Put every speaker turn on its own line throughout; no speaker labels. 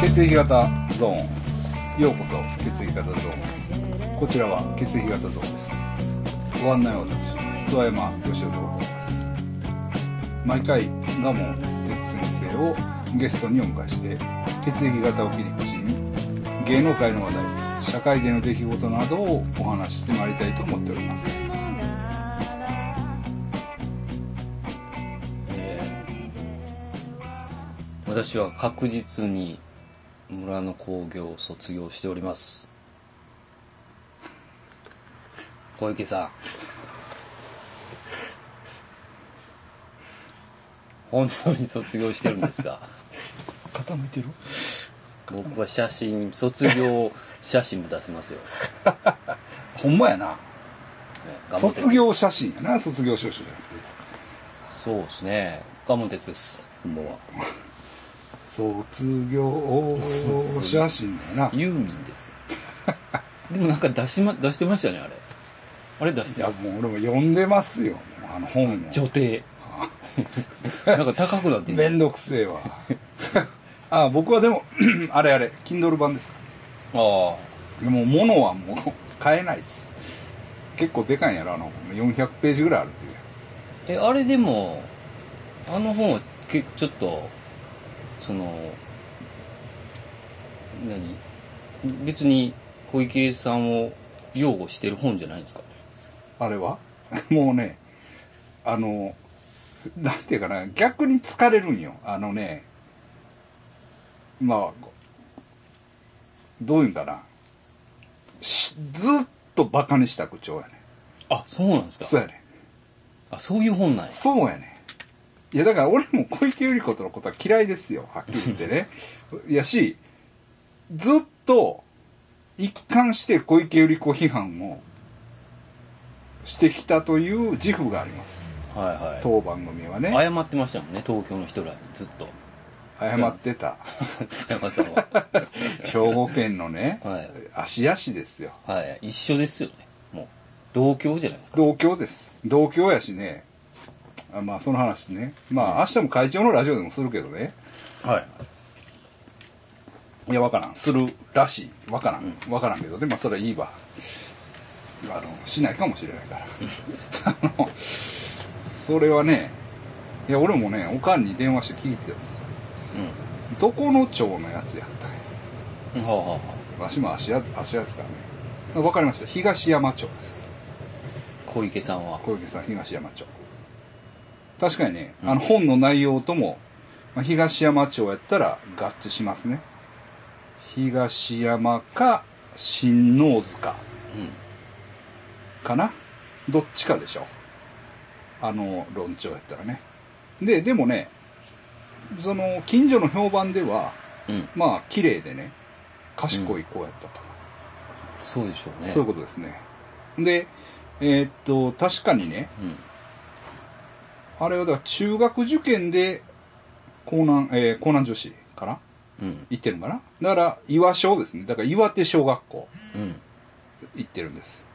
血液型ゾーンようこそ血液型ゾーンこちらは血液型ゾーンですご案内は私諏訪山義雄でございます毎回賀門哲先生をゲストにお迎えして血液型を切り口に芸能界の話題社会での出来事などをお話ししてまいりたいと思っております
私は確実に村の工業を卒業しております小池さん本当に卒業してるんですが
傾いてる
僕は写真卒業写真も出せますよ、ね
ほんまやな
頑張って
卒業写真やな卒業証書じゃなくて
そうですねガモン鉄ですこんばんは
卒業写真だよな
ユーミンですよでもなんか出し,、ま、出してましたねあれあれ出し
い
て
やもう俺も読んでますよもうあの本を
女帝 なんか高くなってる
めんどくせえわ あ僕はでも あれあれ Kindle 版ですか
あ
でも物はもう買えないっす結構でかいんやろあの400ページぐらいあるっていう
あえあれでもあの本はけちょっとその何別に小池さんを擁護してる本じゃないんですか
あれは もうねあのなんていうかな逆に疲れるんよあのねまあどういうんだなしずっとバカにした口調やね
あそうなんですか
そうやね
あそういう本なんや
そうやねいやだから俺も小池百合子とのことは嫌いですよはっきり言って ねいやしずっと一貫して小池百合子批判をしてきたという自負があります
はいはい
当番組はね
謝ってましたもんね東京の人らにずっと
謝ってた
津山さんは
兵庫県のね
はい
芦屋市ですよ
はい一緒ですよねもう同郷じゃないですか
同郷です同郷やしねあまあその話ねまあ明日も会長のラジオでもするけどね
はい
いや、わからん。するらしい。わからん。わからんけど、でもそれはいいわ。あの、しないかもしれないから。 あの、それはね、いや、俺もね、おかんに電話して聞いてたんですよ。どこの町のやつやったんや。
うんはあ、はあは
わしも芦屋、芦屋ですからね。わかりました。東山町です。
あ、小池さんは
小池さん、東山町。確かにね、あの、本の内容とも、まあ東山町やったら合致しますね。東山か、新能塚。
うん
かなどっちかでしょあの論調やったらねででもねその近所の評判では
うん
まあ綺麗でね賢い子やったと、
そうでしょうね
そういうことですねでえーっと確かにね
うん
あれはだから中学受験で江南、えー、江南女子かな
うん
行ってるのかなだから岩小ですねだから岩手小学校
うん
行ってるんです。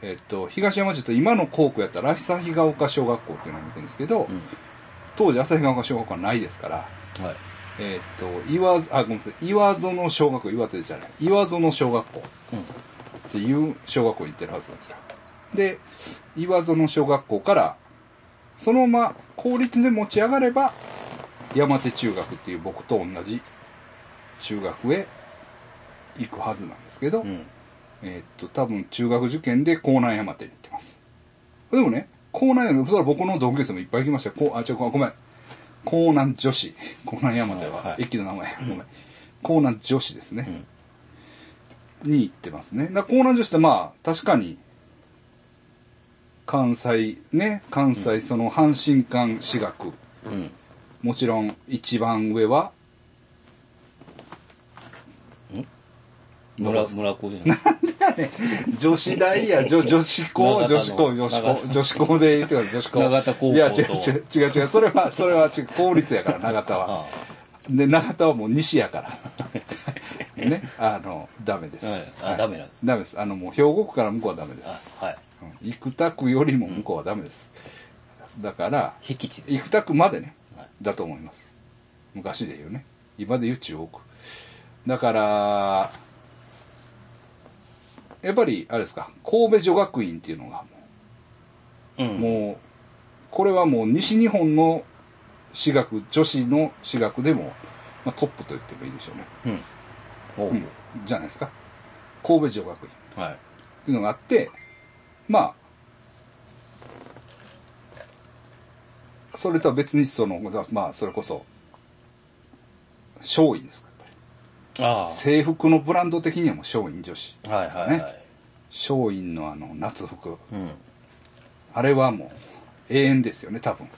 えっと、東山町と今の校区やったら旭ヶ丘小学校っていうのに行くんですけど、
う
当時旭ヶ丘小学校はないですから、
んはい
えっと、岩、あ、ごめんなさい、岩園小学校、岩手じゃない、岩園小学校
う
っていう小学校に行ってるはずなんですよ。で、岩園小学校から、そのまま公立で持ち上がれば、山手中学っていう僕と同じ中学へ行くはずなんですけど、
んうん
えーっと、多分中学受験で江南山手に行ってます。でもね、江南山手、それは僕の同級生もいっぱい行きましたよ。こうあ、ちょ、ごめん。江南女子。江南山手
はいは
はい駅の名前。ごめん。江南女子ですね。に行ってますね。だから江南女子ってまあ、確かに、関西、ね、関西、その阪神間私学。
うん
もちろん、一番上は、
村村子じゃないですか
女子大や、女女子校、
長田の
女子校、女子
長田
校、女子校で言ってから女子校。
長田高校と
いや、違う違う違う違う。それは、それは違う。公立やから、長田 は。で、長田はもう西やから。ね。あの、ダメです。
はいあダメなんです
ダメです。あの、もう兵庫区から向こうはダメです。
あはい
うん生田区よりも向こうはダメです。だから、
僻地です
生田区までね
はい、
だと思います。昔で言うね。今で言う中央区。だから、やっぱり、あれですか、神戸女学院っていうのが、
うん。
もう、これはもう西日本の私学、女子の私学でも、まあ、トップと言ってもいいでしょうね。
うん。ほう
うんじゃないですか。神戸女学院。
はい。
っていうのがあってまあそれとは別にそのまあそれこそ松陰ですかやっぱ
あ
り制服のブランド的にはもう松陰女子
あ。はいはいはい。
ね松陰のあの夏服
うん。
あれはもう永遠ですよね多分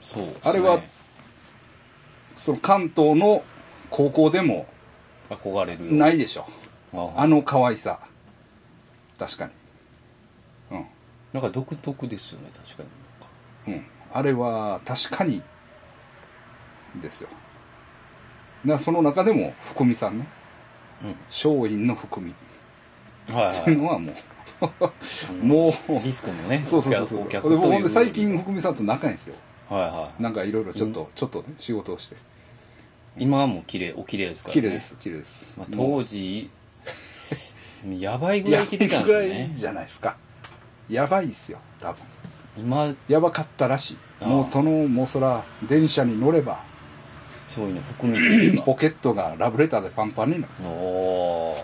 そうですね。
あれはその関東の高校でも
憧れるよ。。
ないいでしょあ
あ
の可愛さ確かにうん
なんか独特ですよね、確かに。
うん、あれは確かにですよだからその中でも福美さんね松陰の福美っ
うん。はい
ていうのは
は
もうもう
い。リスクのね、
そうそうそうそう
顧
で
客という
僕ほんで最。近福美さんと仲いいんですよ
はいはい。
なんかいろいろちょっと、ちょっとね仕事をして
今はもう綺麗、お綺麗ですからね。
綺麗で。す綺麗です、
まあ、
もう
当時、 やばいぐ
や
ら
ば
い来て
い
たん
ぐ
ですよ
らい
ね。
じゃないですかやばいっすよ多分
今、
やばかったらしい
ああ
もうそのもうそら電車に乗れば
そういうの含みというか
ポケットがラブレターでパンパンになる
お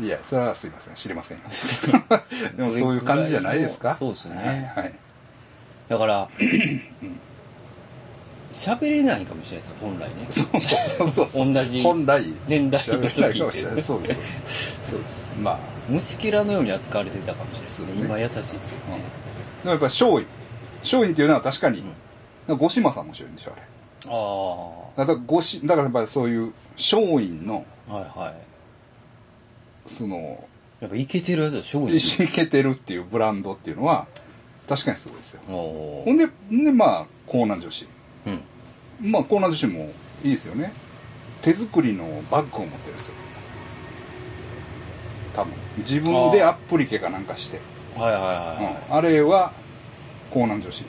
ー
いや、それはすいません、知りませ んよ。でもそういう感じじゃないですか。
そうですね
はい。
だから、喋れないかもしれないですよ、本来ね。
そうそうそうそう。
同じ
本来、
年代の
喋れない
時
か
っ
もしれない
て。
そうですそうです。
そうです。
まあ、
虫けらのように扱われてたかもしれないです
そう
ね。
ですね
今優しいですけどね。
でもやっぱり松陰。松陰っていうのは確かに、五島さんも松陰でしょ、あれ。
あ
だ
あ。
から五島、だからやっぱりそういう松陰の、
はいはい。
その、
やっぱイケてるやつは勝利。
石けてるっていうブランドっていうのは、確かにすごいですよ。
お
ほ
ー
んで、ほんでまあ、江南女子。
うん。
まあ、江南女子もいいですよね。手作りのバッグを持ってるんですよ。多分。自分でアップリケかなんかして。
はいは
う
い
ん
は
あれは、江南女子。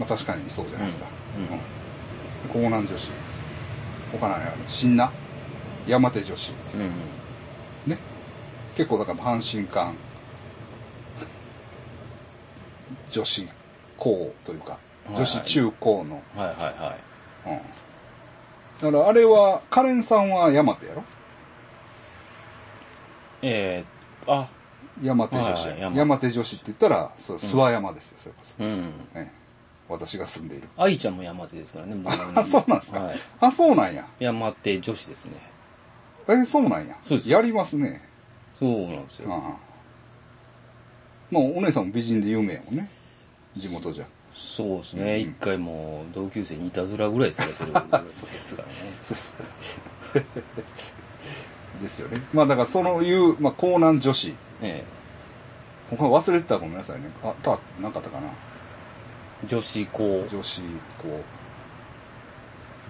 まあ、確かにそうじゃないですか。
うんうん
江南女子。他何やる新那山手女子。
い。うんうん。
ね。結構だから、阪神館。女子高というか、
いはい
女子中高の。
はいはいはい。
うん。だからあれは、カレンさんは山手やろ
えー、あ、
山手女子、
はいはい山
山手女子って言ったら、そう諏訪山ですよ、それこそ。
うん。
ね私が住んでいる。
愛ちゃんも山手ですからね、僕
あ、そうなんですか、
はい。
あ、そうなんや。
山手女子ですね。
え、そうなんや。
そうです
やりますね。
そうなんです
うん。
よ。
まあ、お姉さんも美人で有名やもんね。地元じゃ。
そうですね。一回もう同級生にいたずらぐらいされてる ですからね。
ですよね。まあだからそういう、まあ、江南女子。
え
他忘れてたらごめんなさいね。あ、た、なかったかな。
え女子校。
女子、こ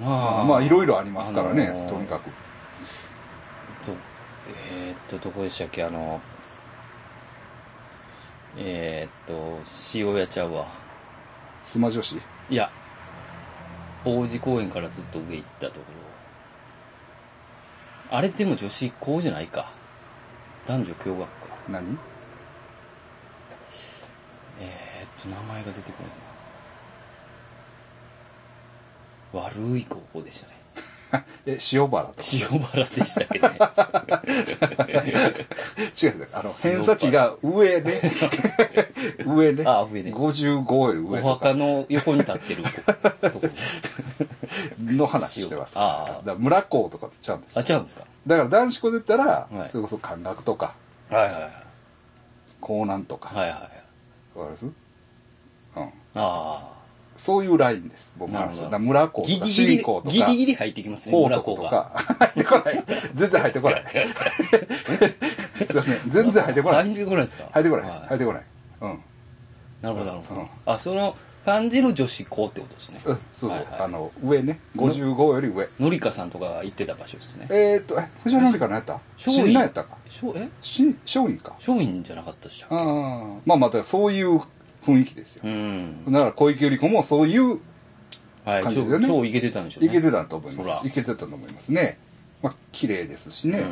う。
ま
まあいろいろありますからね、
あのー
とにかく。
とえー、っとどこでしたっけあのえー、っと塩屋ちゃうわ
スマ女子。
いや王子公園からずっと上行ったところあれでも女子校じゃないか男女共学か
何
えー、っと名前が出てこないな悪い高校でしたね
え、塩原とか。
塩原でしたっ けね
違う違う。あの、偏差値が上 で、上で、
あ上ね
55より
お
上とか
墓の横に立ってる とこ
の話してます。
塩ああ
だから村校とかとちゃうんです
あ。違うんですか
だから男子校で言ったら、
はい
それこそ漢学とか、
はいはいはい
江南とか、わ、
はいはいはい。
かりますうん。
あ
そういうラインです、僕の
なるほ
話
ど
は。だから村
あ。
校
ギ
とか、
リギ
新
リ
校、と
ギ
か
リ、ギリ入ってきますね、
法
村
とこ
高
と
が。
か、入ってこない。全然入ってこ ない。すいません。全然入ってこない
入ってこないですか
入ってこない。
はい
入ってこない。うん。
なるほど、なるほ
うん
ど。あ、その、感じる女子校ってことですね。
うんそうそう、
はいはい
あの上ね55より上
のりかさんとかが行ってた場所ですね。
えー、っとえ藤原紀香何やった新
院
なやったか
松え
新松陰か
松陰じゃなかったっし
あ
ょ。
あまあまたそういう雰囲気ですよ
う、ん。
だから小池百合子もそういう
はい、
感
超
じだよね
超イケてたんでしょう
い
ね。
けてたと思いま
そら
すいけてたと思いますね、まあ、綺麗ですしね、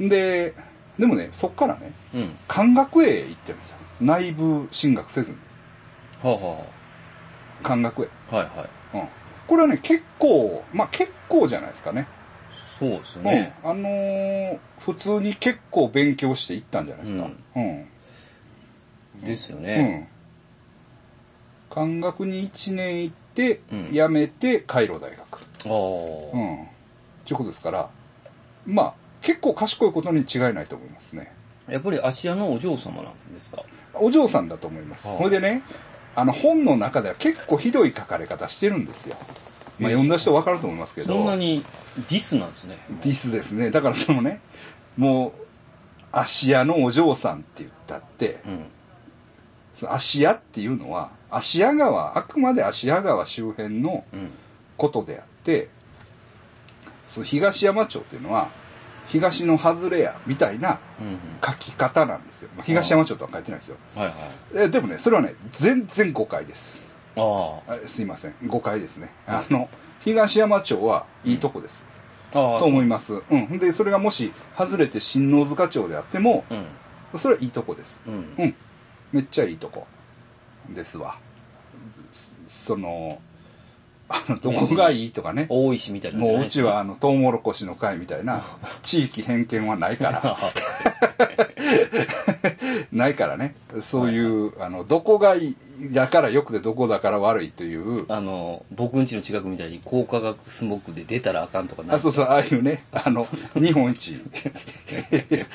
ででもねそっからね
うんうん
漢学へ行ってるんですよ内部進学せずに
はあは
漢学へ、
あはいはい
うん、これはね結構まあ結構じゃないですかね
そうですね、
うん、あのー普通に結構勉強していったんじゃないですかうん、うん
ですよね、
漢学に1年行って
うん
辞めてカイロ大学
ああ、
うんということですからまあ結構賢いことに違いないと思いますね
やっぱり芦屋のお嬢様なんですか
お嬢さんだと思います
はあ
ほいでねあの本の中では結構ひどい書かれ方してるんですよ、まあ、
え
読んだ人分かると思いますけど
そんなにディスなんですね
ディスですねだからそのねもう芦屋のお嬢さんって言ったって、
うん
その芦屋っていうのは芦屋川あくまで芦屋川周辺の
うん
ことであってその東山町っていうのは東の外れやみたいな
うんうん
書き方なんですよ、まあ、東山町とは書いてないですよ
はいはい
えでもねそれはね全然誤解です
あ
あすいません誤解ですねあの東山町はいいとこです、
あああ
と思いますうんでそれがもし外れて新能塚町であっても
うん
それはいいとこです
うん
うんめっちゃいいとこですわそそのあのどこがいいとかね
大石みたいなのじゃ
もう
な
う
い
ちはあのトウモロコシの会みたいな地域偏見はないから ないからねそういう、あのどこがいいだからよくてどこだから悪いという
あの僕ん家の近くみたいに高化学スモークで出たらあかんとかない
あそうそうああいうねあの日本一 日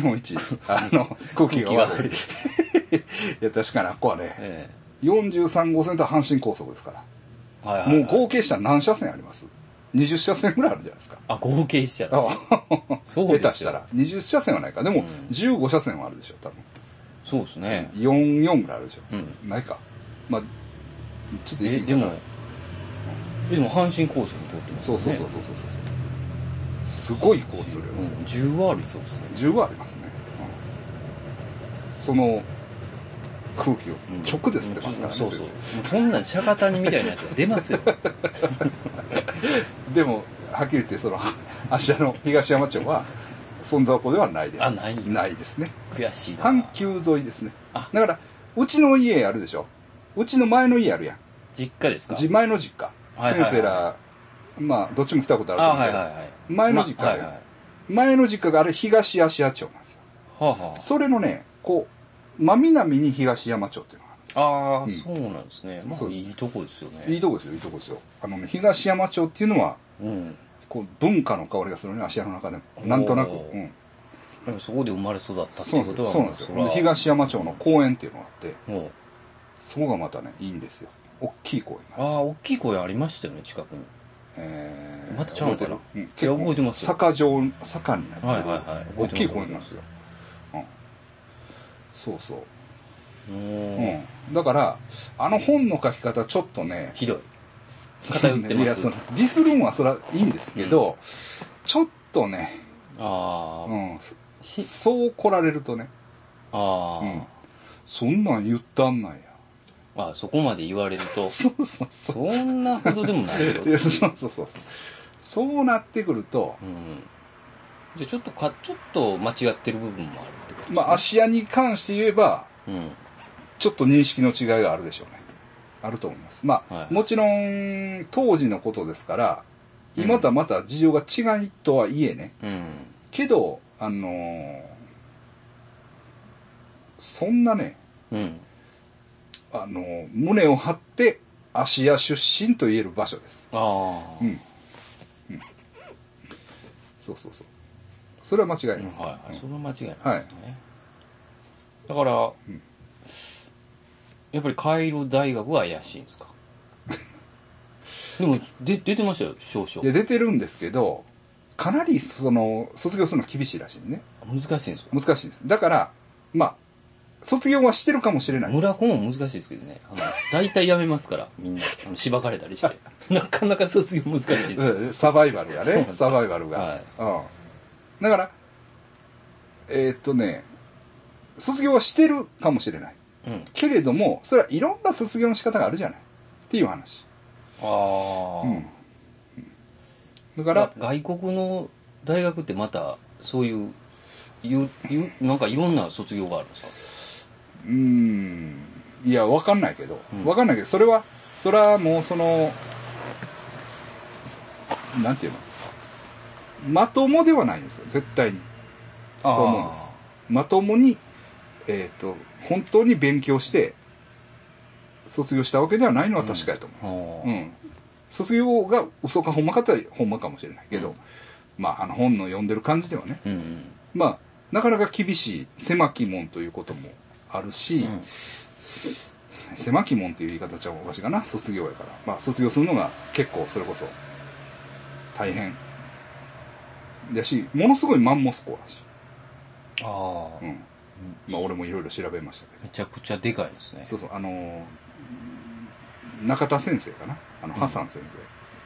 本一あの空気が悪いいや確かにあっこはね
え
43号線と阪神高速ですか
えはいは
ら
いはい、
もう合計したら何車線あります20車線ぐらいあるじゃないですか
あ合計したら
あ
そうですよ
下手したら20車線はないかでも
うん
15車線はあるでしょ多分
そうですね
44ぐらいあるでしょ、
う
ないかまあちょっと言い
え
過ぎ
で
たな
もえでも阪神高速通ってます
そ
よ
う
ね
そうそうそうそうそうすごい交通量ですよ、
うん、10はありそうですね
10はありますね、うんその空気を
うん
直で捨てますからね、
そうそ
先
うもうそんなん釈迦谷みたいなやつが 出ますよ
生でもはっきり言ってその 芦屋の東山町はそんなとこではないです
あない
ですね
悔しいな
阪急沿いですね
あ
だからうちの家あるでしょうちの前の家あるやん
実家ですか
じ前の実家、
はいはいはい
先生らまあどっちも来たことあると
あ
思う
はい
けど、
はいはい
前の実家
まはいはいは
前の実家があれ東芦屋町なんですよ
あは
それのねこう真南に東山町っていうのがあ
あああ、
ん
そうなんですねま
そう
あ
です
いいとこですよ
るいい
ね
とこですよいいとこですよあのね東山町っていうのは
うん
こう文化の香りがするね芦屋の中でもなんとなく、
おー
うん、
でもそこで生まれ育ったって
そ
いうう
なんです
こと
よ
は
そうなんです
まあ
よ
そら
東山町の公園っていうのがあって
もう
そこがまたねいいんですよ大きい公園が
ああ大きい公園ありましたよね近くに
えー
またちゃうのかな
覚えてるうん、
いや覚えてますよ
坂上坂になってる、
はいはいはい
大きい公園なんですよ、うん、そうそう、
う
うん
ん
だからあの本の書き方ちょっとね
ひどい偏ってます
いやそのディスるんはそれはいいんですけど、ちょっとね、
ああ、
うん、そ
し
そう来られるとね、
ああ、
うん、そんなん言ったんなんや
あそこまで言われる と
そうそうそう
そんなほどでもないよ
いやそうそうそうそうそうなってくると、
うんじゃあちょっとかちょっと間違ってる部分もあるってこと
まあ芦屋に関して言えば
うん
ちょっと認識の違いがあるでしょうねあると思いますまあ、
はい
もちろん当時のことですから今とはまた事情が違いとはいえね、
うん
けどあのーそんなね、
うん
あのー胸を張って芦屋出身と言える場所です
ああ、
うん、うん、そうそうそうそれは間違いないです、
はいは
う
い、
ん
それは間違いないですね、だから、
ん
やっぱりカイロ大学は怪しい んですかでもで出てましたよ少
いや
々
出てるんですけどかなりその卒業するの厳しいらしいね
難しいんですか
難しいですだからまあ卒業はしてるかもしれないです
村子も難しいですけどねあの大体やめますからみんなあのしばかれたりして なかなか卒業難しいですよ
うんサバイバルが
そうなん
ね
ですよ
サバイバルが、
はい
うん、だからえーっとね卒業はしてるかもしれない
うん
けれどもそれはいろんな卒業の仕方があるじゃないっていう話
ああ、
うんだから
外国の大学ってまたそういうゆゆなんかいろんな卒業があるんですか
うーんいやわかんないけど
うん
わかんないけどそれはそれはもうそのなんていうのまともではないんですよ絶対に
あ
と思うんですまともにえっ、と本当に勉強して卒業したわけではないのは確かやと思います、
う
うん
ん
卒業が嘘かほんまかったらほんまかもしれないけど、
うん
まああの本の読んでる感じではね
うんうん
まあなかなか厳しい狭き門ということもあるし、狭き門っていう言い方ちゃおかしいかな卒業やからまあ卒業するのが結構それこそ大変だしものすごいマンモス校らしい、
ああ
うんまあ俺もいろいろ調べましたけど
めちゃくちゃでかいですね
そうそうあのー中田先生かなあのハサン先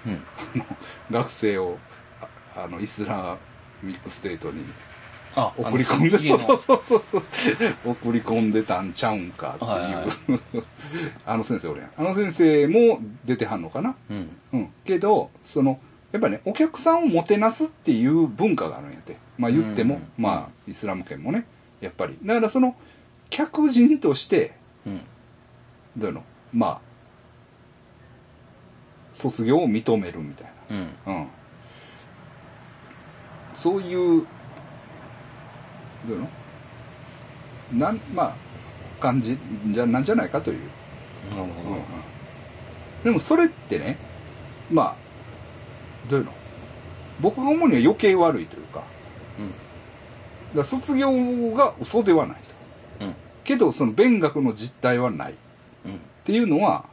生、
うん
学生をああのイスラミックステートに
あ
送り込んで
あの家の
そうそうそうそう送り込んでたんちゃうんかっていう、
はいは
あの先生俺やんあの先生も出てはんのかな
うん
うんけどそのやっぱねお客さんをもてなすっていう文化があるんやってまあ言っても、
うんうん
まあイスラム圏もねやっぱりだからその客人として
うん
どういうのまあ卒業を認めるみたいな
うん
うん、そういうどういうのなんまあ感じじゃなんじゃないかという、
なる
うん
ほ
うん
ど
でもそれってねまあどういうの僕が思うには余計悪いというかだから卒業が嘘ではないと
うんうん
けどその勉学の実態はないっ
うん
ていうのは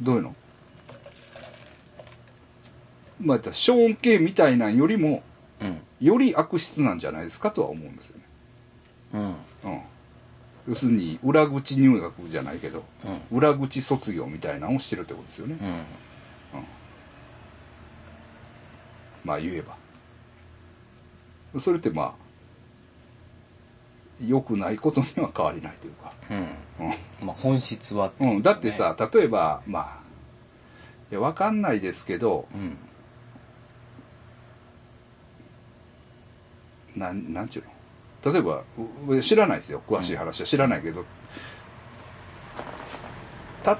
どういうのまあ言ったらショーン系みたいなんよりも
うん
より悪質なんじゃないですかとは思うんですよね。
うん
うん、要するに裏口入学じゃないけど
うん
裏口卒業みたいなのをしてるってことですよね、
うん
まあ言えばそれってまあ良くないことには変わりないというか、
うんまあ本質は
うんうん、だってさ例えばまあいやわかんないですけど
うん
なんなんちゅうの例えばう知らないですよ詳しい話は知らないけど、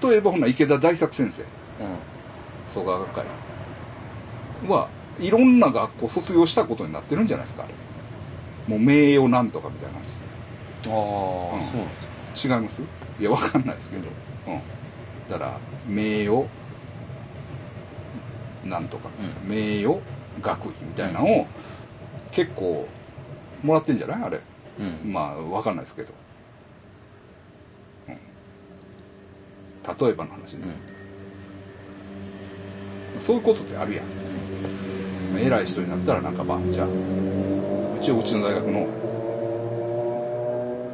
例えばほな池田大作先生
うん
蘇我学会はいろんな学校卒業したことになってるんじゃないですかあれもう名誉なんとかみたいな
ああ、
うん
そうなんですか
話違いますいやわかんないですけどうんだから名誉なんとか、
う
名誉学位みたいなのを結構もらってんじゃないあれ
うん
まあわかんないですけど、うん、例えばの話ね、そういうことってあるやん。偉い人になったらなんかまあ、じゃあ、うちはうちの大学の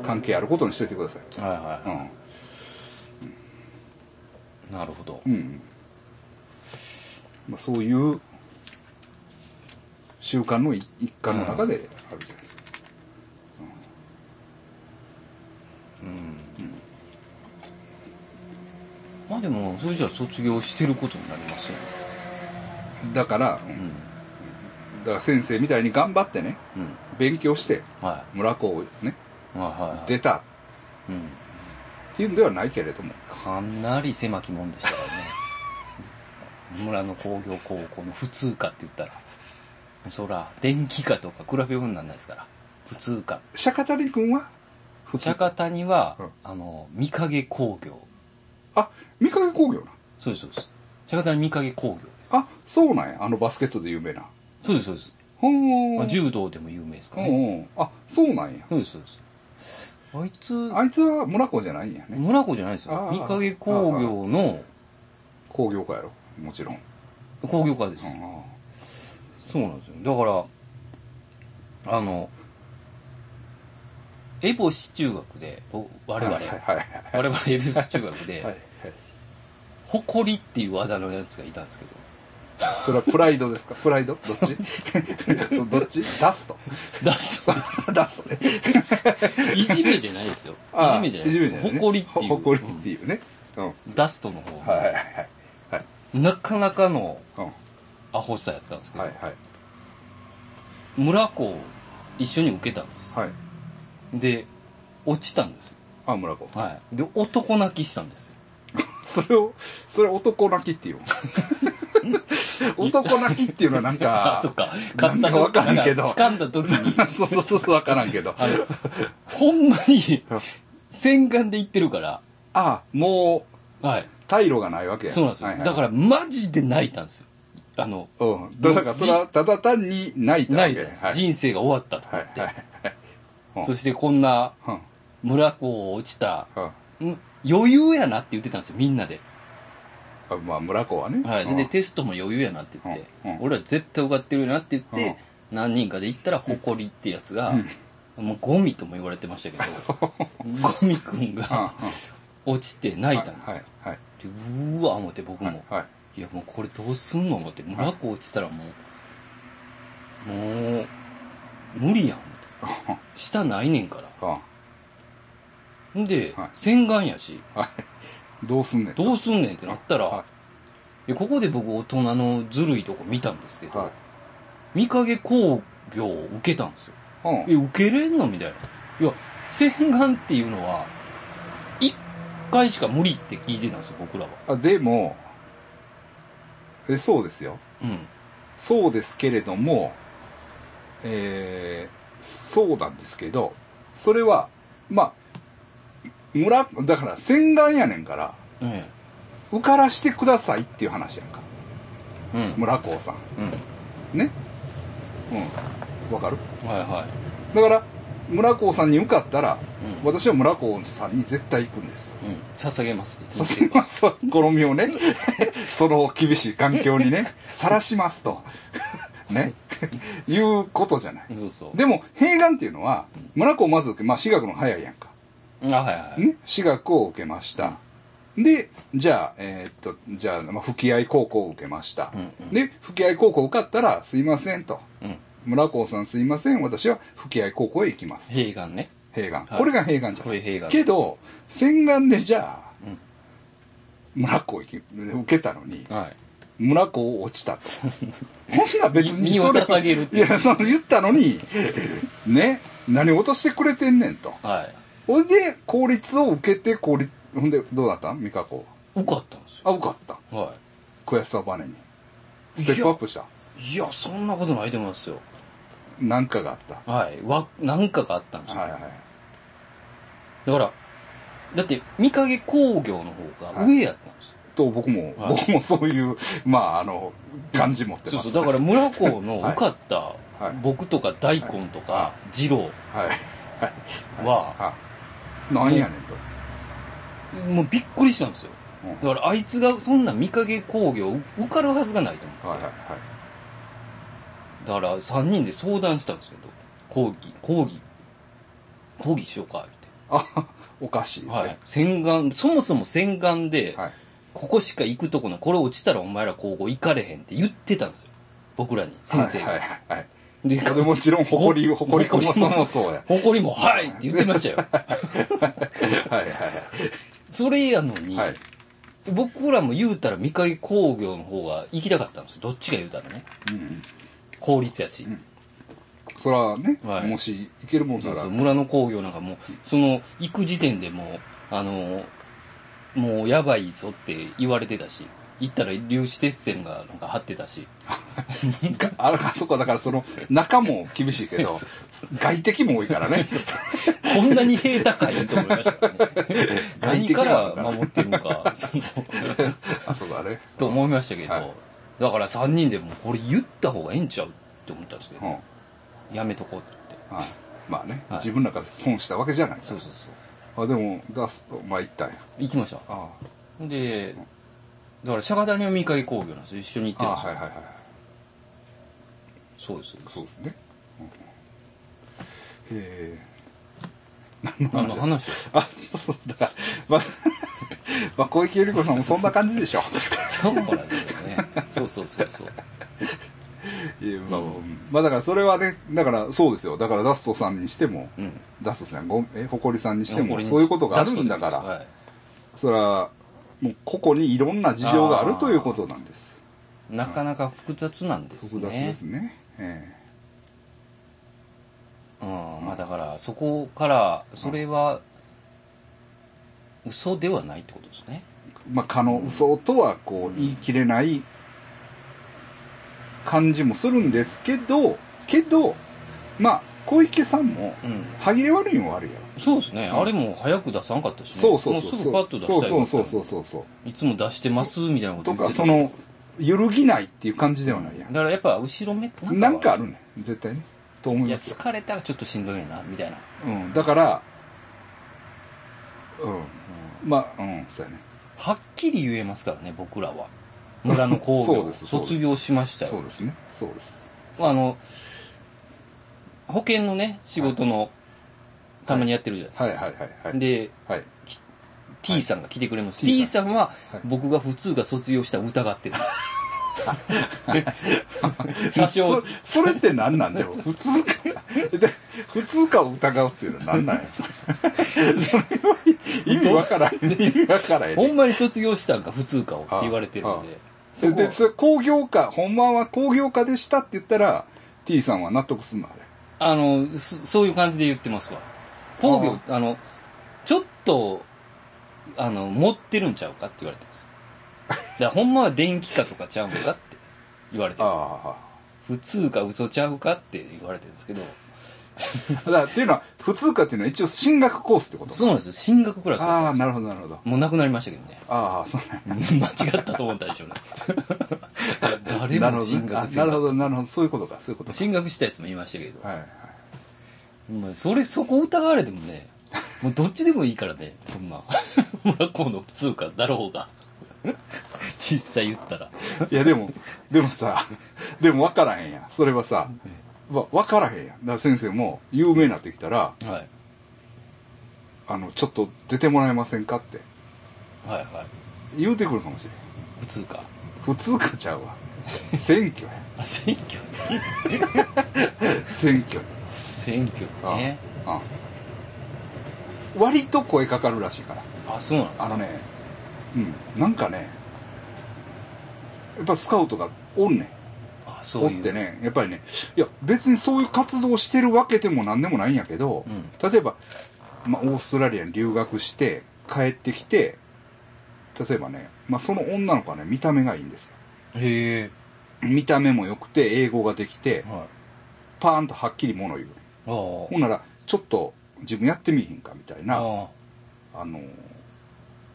関係あることにしていてください。
うんはいはい、は
う
いなるほど
ん。うん。まあ、そういう習慣の一一環の中であるじゃないですか。
まあでもそれじゃあ卒業してることになりますよね
だから、うんだから先生みたいに頑張ってね、
うん
勉強して、
は
村子をね、
いはいはいはい
出たっ
うん、
ていうんではないけれども、
かなり狭きもんでしたからね村の工業高校の普通科って言ったらそら電気科とか比べ物にならないですから普通科
釈迦谷君は普通
釈迦谷は、
うん
あの御影工業
あ、三影工業な。
そうですそうです釈迦谷御影工業です
あ、そうなんや。あのバスケットで有名な。
そうですそうです、
ほーん。
まあ、柔道でも有名です
う
か
ん
らね
うん。あ、そうなんや。
そうですそうですあいつ
あいつは村子じゃないんやね。
村子じゃないです
あ
よ
あ
御影工業の
工業家やろ。もちろん。
工業科です、
うんうん
そうなんですよ。だから、あの、エボシ中学で、お我々、
はいはいはい。
我々エボシ中学で、
はい
誇りっていうあだ名のやつがいたんですけど、
それはプライドですかプライドどっち そうどっち出す と。
出す
出すとね。
いじめじゃないですよ。い
あ
じめじゃないですよ。誇りっていう。
誇りっていうね。うん。
うんダストの方、
はいはいはい。はい。
なかなかの
うん。
アホさやったんですけど、
はいはい
村子を一緒に受けたんです。
はい
で、落ちたんですよ。
あ村子
はい。で、男泣きしたんですよ。
それをそれ男泣きっていう 男泣きっていうのはなん
あ
か
そっか。
なんかわからんけど
なんか掴んだ時に、
そうそうそうそうわからんけど
あの、ほんまに、洗顔で言ってるから、
あもう
はい。
退路がないわけや
そうなんですよ。
はいはい
だから、マジで泣いたんですよ。あの、
うんだからそれはただ単に泣いた
泣
わ
い
け
たん
は
です、
い
人生が終わったと
はい
思って。
はいうん
そしてこんな
うん
村子を落ちた、
うん
ん余裕やなって言ってたんですよ、みんなで。
あまあ村子はね
はい。
うん
で、テストも余裕やなって言って、
うんうん
俺は絶対受かってるよなって言って、何人かで行ったら、誇りってやつが、もうゴミとも言われてましたけど、ゴミくん
うんうん
が落ちて泣いたんですよ。
はいはい
でうーわ、思って僕も。
はいはい
いやもうこれどうすんの思って村子落ちたらもう、もう無理やん思って下ないねんか
うんは
らんで、
はい
洗顔やし
いどうすんねん
どうすんねんってなったら、
はい
やここで僕大人のずるいとこ見たんですけ
い
ど、
はい
見かけ工業を受けたんですよ
うん
え受けれんのみたいないや洗顔っていうのは一回しか無理って聞いてたんですよ僕らは
あでもえそうですよ
うん
そうですけれどもえーそうなんですけどそれはまあ村だから洗顔やねんから
え
受からしてくださいっていう話やんか
えうん
村子さ
うん
ねうんわかる
んはいはい
だから村子さんに受かったら、
うん
私は村子さんに絶対行くんです
うん捧げますって
させますとこの身を ねその厳しい環境にねさらしますとね いうことじゃない
そうそう。
でも併願っていうのは村子をまず受け、まあ、私学の早いやんか、
あ、はいはい。
ね、私学を受けましたでじゃあえーっとじゃあ、まあ、吹合高校を受けました、
うんうん
で吹合高校受かったら「すいません」と
うん。
「村子さんすいません私は吹合高校へ行きます」
平眼ね。
併願、
はい
これが併願じゃん
これ平眼。
けど洗顔でじゃあ、
うん
村子を行き受けたのに
はい。
村子を落ちたと ほんな別に
身を
それ
捧げるって
いやその言ったのにね何落としてくれてんねんと
はい。
ほいで公立を受けて公立ほんでどうだったん美香子
受かったんですよ。
あ受かった
は
悔しさをバネにステップアップした
い。いや、そんなことないと思いますよ。
なんかがあった
はい。わ、なんかがあったんですよ。
はいはい
だから、だって、見影工業の方が上やったんですよ。
と僕も、
はい
僕もそういうまああの感じ持って
そう
ます
そう。だから、村子 の
はい
受かった
はい、
僕とか大根と
は
か、二郎
はいはい
は、
あなんやねんと、
もうびっくりしたんですよ。
うん
だから、あいつがそんな見影工業受かるはずがないと思う。
はいはいはい
だから3人で相談したんですけど講義講義講義しようか
あおかしい、
言って、はい、洗顔そもそも洗顔で、
はい
ここしか行くとこないこれ落ちたらお前ら高校行かれへんって言ってたんですよ僕らに先生が、
はいはいはい
で
はいでもちろん誇り誇り子もそもそうや
誇りも「はい!」って言ってました よ
はいはい
それやのに、
はいはい
僕らも言うたら三影工業の方が行きたかったんですよどっちが言うたらね
うん
効率やし、
それはね、
はい
もしいけるもん
そ
な
う
ら
そう村の工業なんかもうその行く時点でもうあのもうやばいぞって言われてたし行ったら粒子鉄線がなんか張ってたし
があらそこはだからその中も厳しい けど
そうそ
外敵も多いから ね
こんなに塀高いと思いましたからね
外
何
敵
か
なの
ら
かな
守ってるのか その
あそうだね
と思いましたけど、
はい
だから3人でもうこれ言った方がええんちゃうって思ったんですけ
う
ど、
んはい
やめとこうって言って
まあね、
はい
自分なんか損したわけじゃない
そうそうそう
あでも出すとまあ言ったんや
行きました
あ
でだから釈迦谷の三影工業なんですよ一緒に行っ
あ
てる
あ
んです
は
よ、
いはいはい
そうです
そうですね、うん、へえ
あの話を
あ、そうだから。まあ、 まあ、小池百合子さんもそんな感じでしょ。
そうなんですよね。そうそうそうそう。
いやまあ、まあだからそれはね、だからそうですよ。だからダストさんにしても、
うん。
ダストさん、ごえ、ホコリさんにしても、
これに
そういうことがあるんだから、
はい
それは、もう個々にいろんな事情があるということなんです。
なかなか複雑なんです
複
ね。
雑ですね。え
うん、まあだから、そこから、それは、嘘ではないってことですね。
えまあ、可能、嘘とはこう、言い切れない感じもするんですけど、けど、まあ、小池さんも、
うん。
歯切れ悪いのはあるやろ。
そうですね。
うん
あれも早く出さんかったしね。
そうそうそう
もうす
そ
ぐパッ
う。
と出した
そ
いう
そうそう
う。
そうそう。
いつも出してます、みたいなこと
と
言っ
か、
てた
その、揺るぎないっていう感じではないや
だからやっぱ、後ろめって
ん。なんかあるね。絶対ね。と思
い
い
や、
ますよ。
疲れたらちょっとしんどいな、みたいな。
うん。だから、う
うん
ん。まあ、うん、そうやね。
はっきり言えますからね、僕らは。村の工
そう
業
ですそうです
卒業しました
そ
よ
う。ですね。そうです。
あの、保険のね、仕事の、たまにやってるじゃないですか。
はいはいはいはい。
で、
はい。
T さんが来てくれます。
はい
T さんは
はい、
僕が普通が卒業したら疑ってる。詐
そ
称
それって何なんだ よ。普通か。で普通かを疑うっていうのは何なんや。それは意味わからへん ね。意味わからへん
ほ
ね。
んまに卒業したんか普通かをって言われてる
あ
ん
あ
で。
それで、それ工業科、ほんまは工業科でしたって言ったら、T さんは納得すんのあれ。
あの、そそういう感じで言ってますわ。工業、あの、ちょっと、あの、持ってるんちゃうかって言われて ます。だからほんまは電気かとかちゃうんかって言われてま
あ
す。普通か嘘ちゃうかって言われてるんですけど、
あ。だからっていうのは、普通科っていうのは一応進学コースってこと
そうなんですよ。進学クラスだった
あ
ん
あ、
ですよ
なるほどなるほど。
もうなくなりましたけどね。
ああ、そうなんや
間違ったと思ったでし ょうね。誰
なるほど
も進
ね。
学
あ
せ
なるほ
ん
ど、なるほど。そういうことか、そういうことか。
進学したやつもいましたけど。
はいはい。
もうそれ、そこ疑われてもね、もうどっちでもいいからね、そんな。 村子の普通かだろうが。実際言ったら。
いやでも、でもさ、 でも分からへんやん。それはさ、わ分からへんやん。だから先生も有名になってきたら、
はい。
あの、ちょっと出てもらえませんかって
はいはい。
言うてくるかもしれん。
普通か。
普通かちゃうわ。選挙や。
あ、選挙
選挙や。
選挙
あ
ね。
あ割と声かかるらしいから。
あ、そうなんです
あ
か。
のね、うん、なんかね、やっぱスカウトがおんねん。
あ、そ
お
う
っ
いう。
てね、やっぱりね、いや、別にそういう活動をしてるわけでも何でもないんやけど、
う
例えば、まあ、オーストラリアに留学して、帰ってきて、例えばね、まあ、その女の子はね、見た目がいいんですよ。
へえ。
見た目も良くて、英語ができて、
はい。
パーンとはっきり物言う。
あー
ほんなら、ちょっと自分やってみいひんかみたい
あ
な、あ
ー。
のー、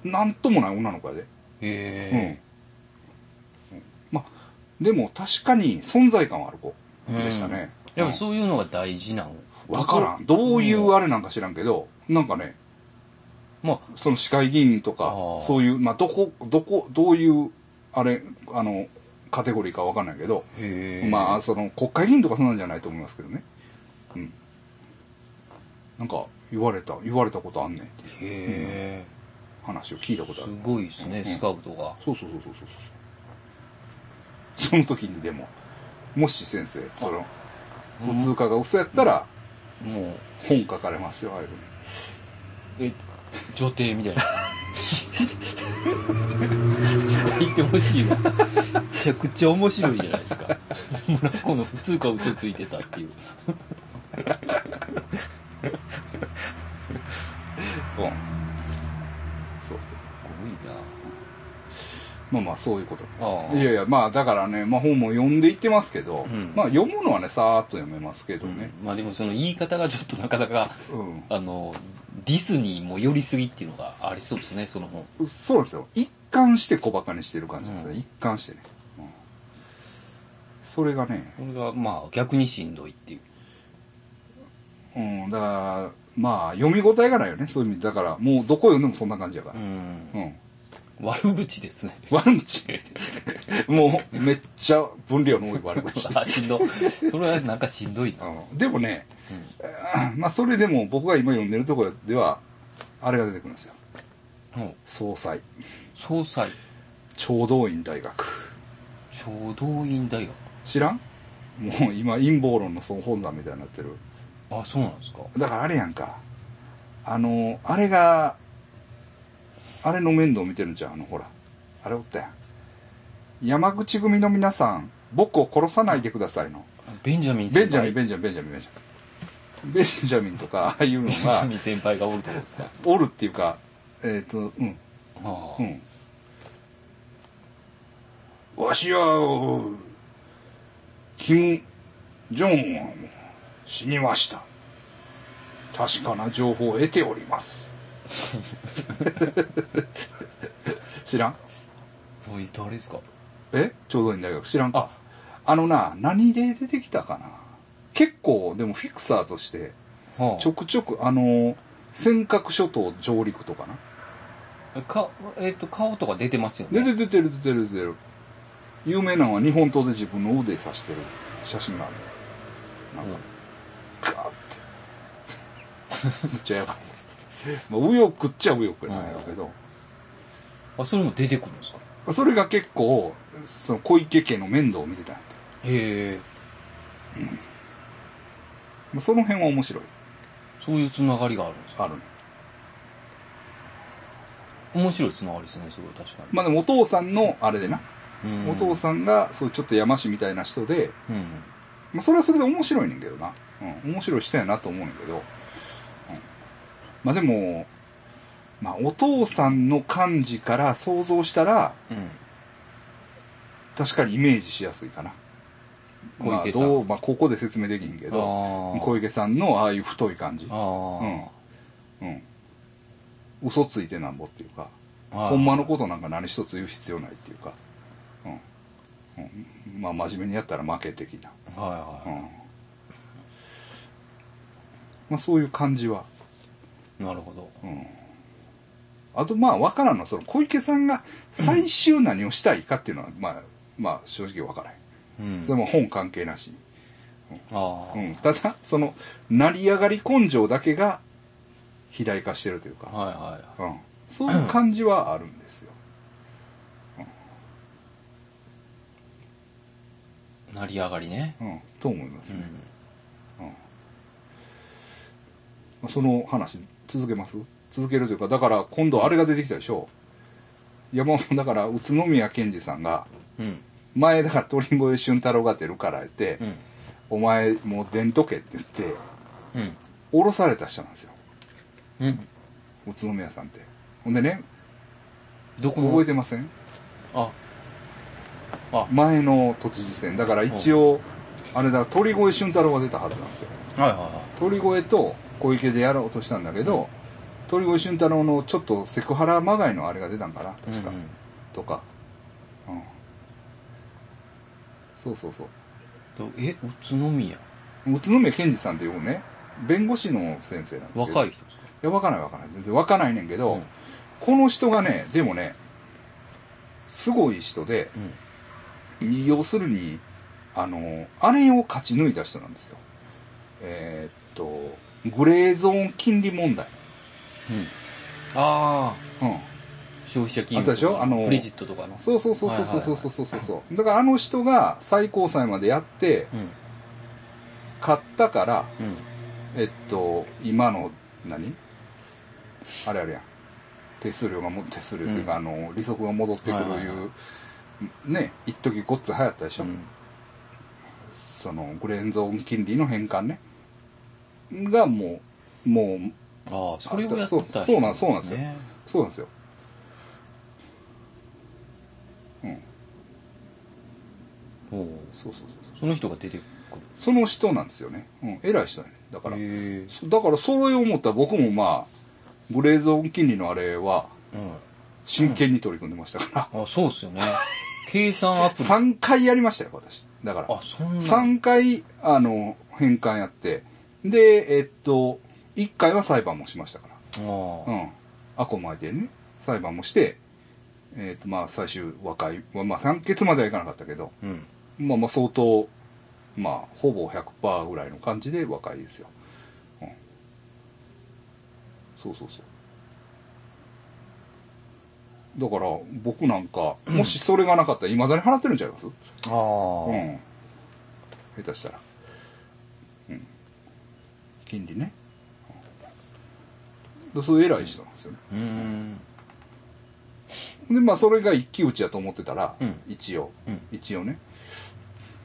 なんともない女の子やで。う
へ
ん。
え。
うんまあ、でも確かに存在感はある子でしたね。
やっ
うん
ぱそういうのが大事なの。
わからん。どういうあれなんか知らんけど、なんかね、
まあ、
その市会議員と
あ
か
ー、
そういう、まあ、どこ、どこ、どういう、あれ、あの、カテゴリーかわかんないけど、
へえ。
まあ、その、国会議員とかそんなんじゃないと思いますけどね。うん。なんか、言われた、言われたことあんねんっていう
へえ。
話を聞いたことあ
す
る。
ごいですね、スカウトが。
そうそうそうそうそうそう。その時にでも、もし先生、その、
うん
普通科が嘘やったら、
もう、
本書かれますよ、ああいうふうに。
え、女帝みたいな。言ってほしいわ。めちゃくちゃ面白いじゃないですか。村子の普通か嘘ついてたってい
う
う。
ん。そうそう。
す
まあまあ、そういうこと
ああ
です。いやいや、まあだからね、まあ本も読んでいってますけど、
ん
まあ読むのはね、さーっと読めますけど
ごいな、
ね。
まあでもその言い方がちょっとなかなか、
うん。
あの、ディスにも寄りすぎっていうのがありそうですね、その本。
そうなんですよ。一貫して小馬鹿にしてる感じですね。
うん
一貫してね、うんそれがね、
これがまあ逆にしんどいっていう。
うん、だから、まあ読み応えがないよね、そういう意味で。だから、もうどこ読んでもそんな感じやか
う
ら。
ん。
うん。
悪口ですね。
悪口。もう、めっちゃ分量の多い悪口。
あ、しんど。それはなんかしんどいな。
うんでもね、まあそれでも僕が今読んでるところではあれが出てくるんですよ
うん。
総裁
総裁、
聴導院大学
小動員大学。
知らんもう今陰謀論の総本山みたいになってる
あ、そうなんですか。
だからあれやんかあのあれがあれの面倒見てるんじゃんあのほらあれおったやん山口組の皆さん、僕を殺さないでくださいの。
ベンジャミン
ベ
先
ンジャミ
輩
ン、ベンジャミン、ベンジャミン、ベンジャミン。ベンジャミンとか、ああいうの
ベンジャ
が
ミ、ン先輩がおるところですか、
おるっていうか、えっ、と、うん、
はあ
うん。わしは、キム・ジョンウンは死にました。確かな情報を得ております。 知らん
おい誰ですか
え朝鮮大学知らんか
あ
あのな、何で出てきたかな結構、でもフィクサーとして、
はあ
ちょくちょく、あの、尖閣諸島上陸とかな。
か、えっ、と、顔とか出てますよね。
出てる出てる出てる出てる。有名なのは日本刀で自分の腕刺してる写真がある。なんか、ガーって。 めっちゃやばい。まあ、右翼っちゃ右翼やないけど、
あ、それも出てくるんですか
それが結構、その小池家の面倒を見てたんやて
へえ、
まあその辺は面白い。
そういうつながりがあるんですか
あるね。
面白いつながりですね、それは確かに。
まあでもお父さんの、あれでな、
うん
お父さんが、そういうちょっと山師みたいな人で、
うん。うん。
まあ、それはそれで面白いねんけどな。うん、面白い人やなと思うねんけど。うん、まあでも、まあお父さんの感じから想像したら、
うん。
確かにイメージしやすいかな。ま
小
あ
池さん。
どう、まあここで説明できへんけ
あ
ど、
ー
小池さんのああいう太い感じ
あ。ー、
うん。うん。嘘ついてなんぼっていうか、
あー
ほんまのことなんか何一つ言う必要ないっていうか、うん。うん、まあ真面目にやったら負け的な。
は
う
いは
んまあそういう感じは、
い。なるほど。
うん、あとまあわからんのはその小池さんが最終何をしたいかっていうのは、まあまあ正直わからへん
うん。
それも本関係なし、
ああ、
うん、ただその成り上がり根性だけが肥大化してるというか、
はいは
うん、そういう感じはあるんですよ、
い。成り上がりね。
うん、と思います
う
ね、
ん。
まあその話続けます続けるというかだから今度あれが出てきたでしょ山本だから宇都宮健児さんが
うん。
前だから鳥越俊太郎が出るから言って、
うん。
お前もう出んとけって言って
うん。
降ろされた人なんですよ
うん。
宇都宮さんってほんでね
どこも。
覚えてません、
あ、
前の都知事選だから一応あれだ鳥越俊太郎が出たはずなんですよ
はいはいは。
鳥越と小池でやろうとしたんだけど、鳥越俊太郎のちょっとセクハラまがいのあれが出たんかない確か、
うんうん
とか、うん、そうそうそう
どえ、宇都宮
宇都宮健児さんっていうね弁護士の先生なんですけど
若い人ですか
いや、わかんないわかんない。全然わかんないねんけど、
うん
この人がね、でもね、すごい人で、
うん。
要するに、あの、あれを勝ち抜いた人なんですよ。えーっと、グレーゾーン金利問題。
うん。ああ。
うん。
消費者金
あ
融
ったでしょあの
クレジットとかの
そうそうそうそうそうそうそうそうそう、だからあの人が最高裁までやって、
うん
勝ったから、
うん
えっと、今の、何あれあれやん。手数料がも、手数料っていうか、あの、利息が戻ってくるいう、
はいはいは
ね、一時ごっつ流行ったでしょ、
うん
その、グレーンゾーン金利の返還ね。がもう、もう、
ああそれをやった
そうそうなんそうなんですよ
ね
そうなんですよ。うん。
おう
そうそうそうそう。
その人が出てく
その人なんですよね。うん、偉い人やね。だから
る、へえ
そだからそういう思ったら僕もまあ、グレーゾーン金利のあれは、
うん
真剣に取り組んでましたから。
あそうっす よね計算アプリ
3回やりましたよ、私。だから。
あそんな
3回、あの、返還やって。で、えっと、1回は裁判もしましたか
あ
ら。う
ー
ん。アコム相手にね、裁判もして、えっと、まあ、最終和解は、まあ、3決まではいかなかったけど、
うん
まあまあ、相当、まあ、ほぼ100%ぐらいの感じで和解ですよ。うん。そうそうそう。だから、僕なんか、もしそれがなかったら、未だに払ってるんちゃいます
ああ
うん、下手したら、うん、金利ね、うん、そういう偉い人なんですよね
うーん
でまあそれが一騎打ちやと思ってたら、
うん
一応、
うん
一応ね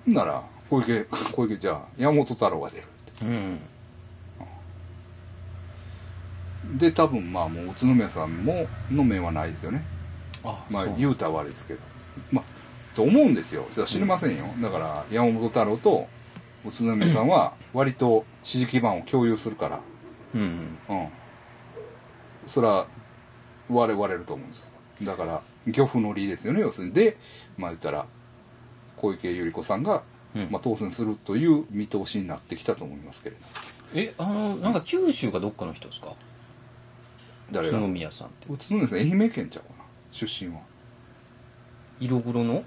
ほんなら小池小池じゃあ山本太郎が出る
うん。
で多分まあもう宇都宮さんもの面はないですよね
あ、
まあ
そう
言うたら悪いですけどまあと思うんですよそれは知りませんよ、だから山本太郎と宇都宮さんは割と支持基盤を共有するから
うんうん。
うんそれは我々ると思うんですだから漁夫の利ですよね要するにでまあ言ったら小池百合子さんが、
うん
まあ、当選するという見通しになってきたと思いますけれど
え、あの、なんか九州かどっかの人ですか
誰
宇
が
都
宇
宮さんって。
都宮さん愛媛県ちゃうかな出身は
色黒の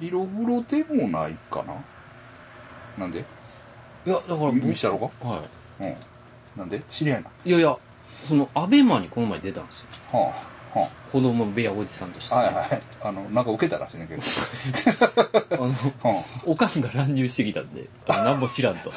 色黒でもないかななんで
いや、だから
み見したろ
かは
うんなんで知り合いな、
い。いやいや、その、アベマにこの前出たんですよ。
はあは
子供部屋おじさんとして、
あ、はいはいあのなんか受けたらしいねんけど、
あの、
は
おかんが乱入してきたんで、あのなんも知らん と。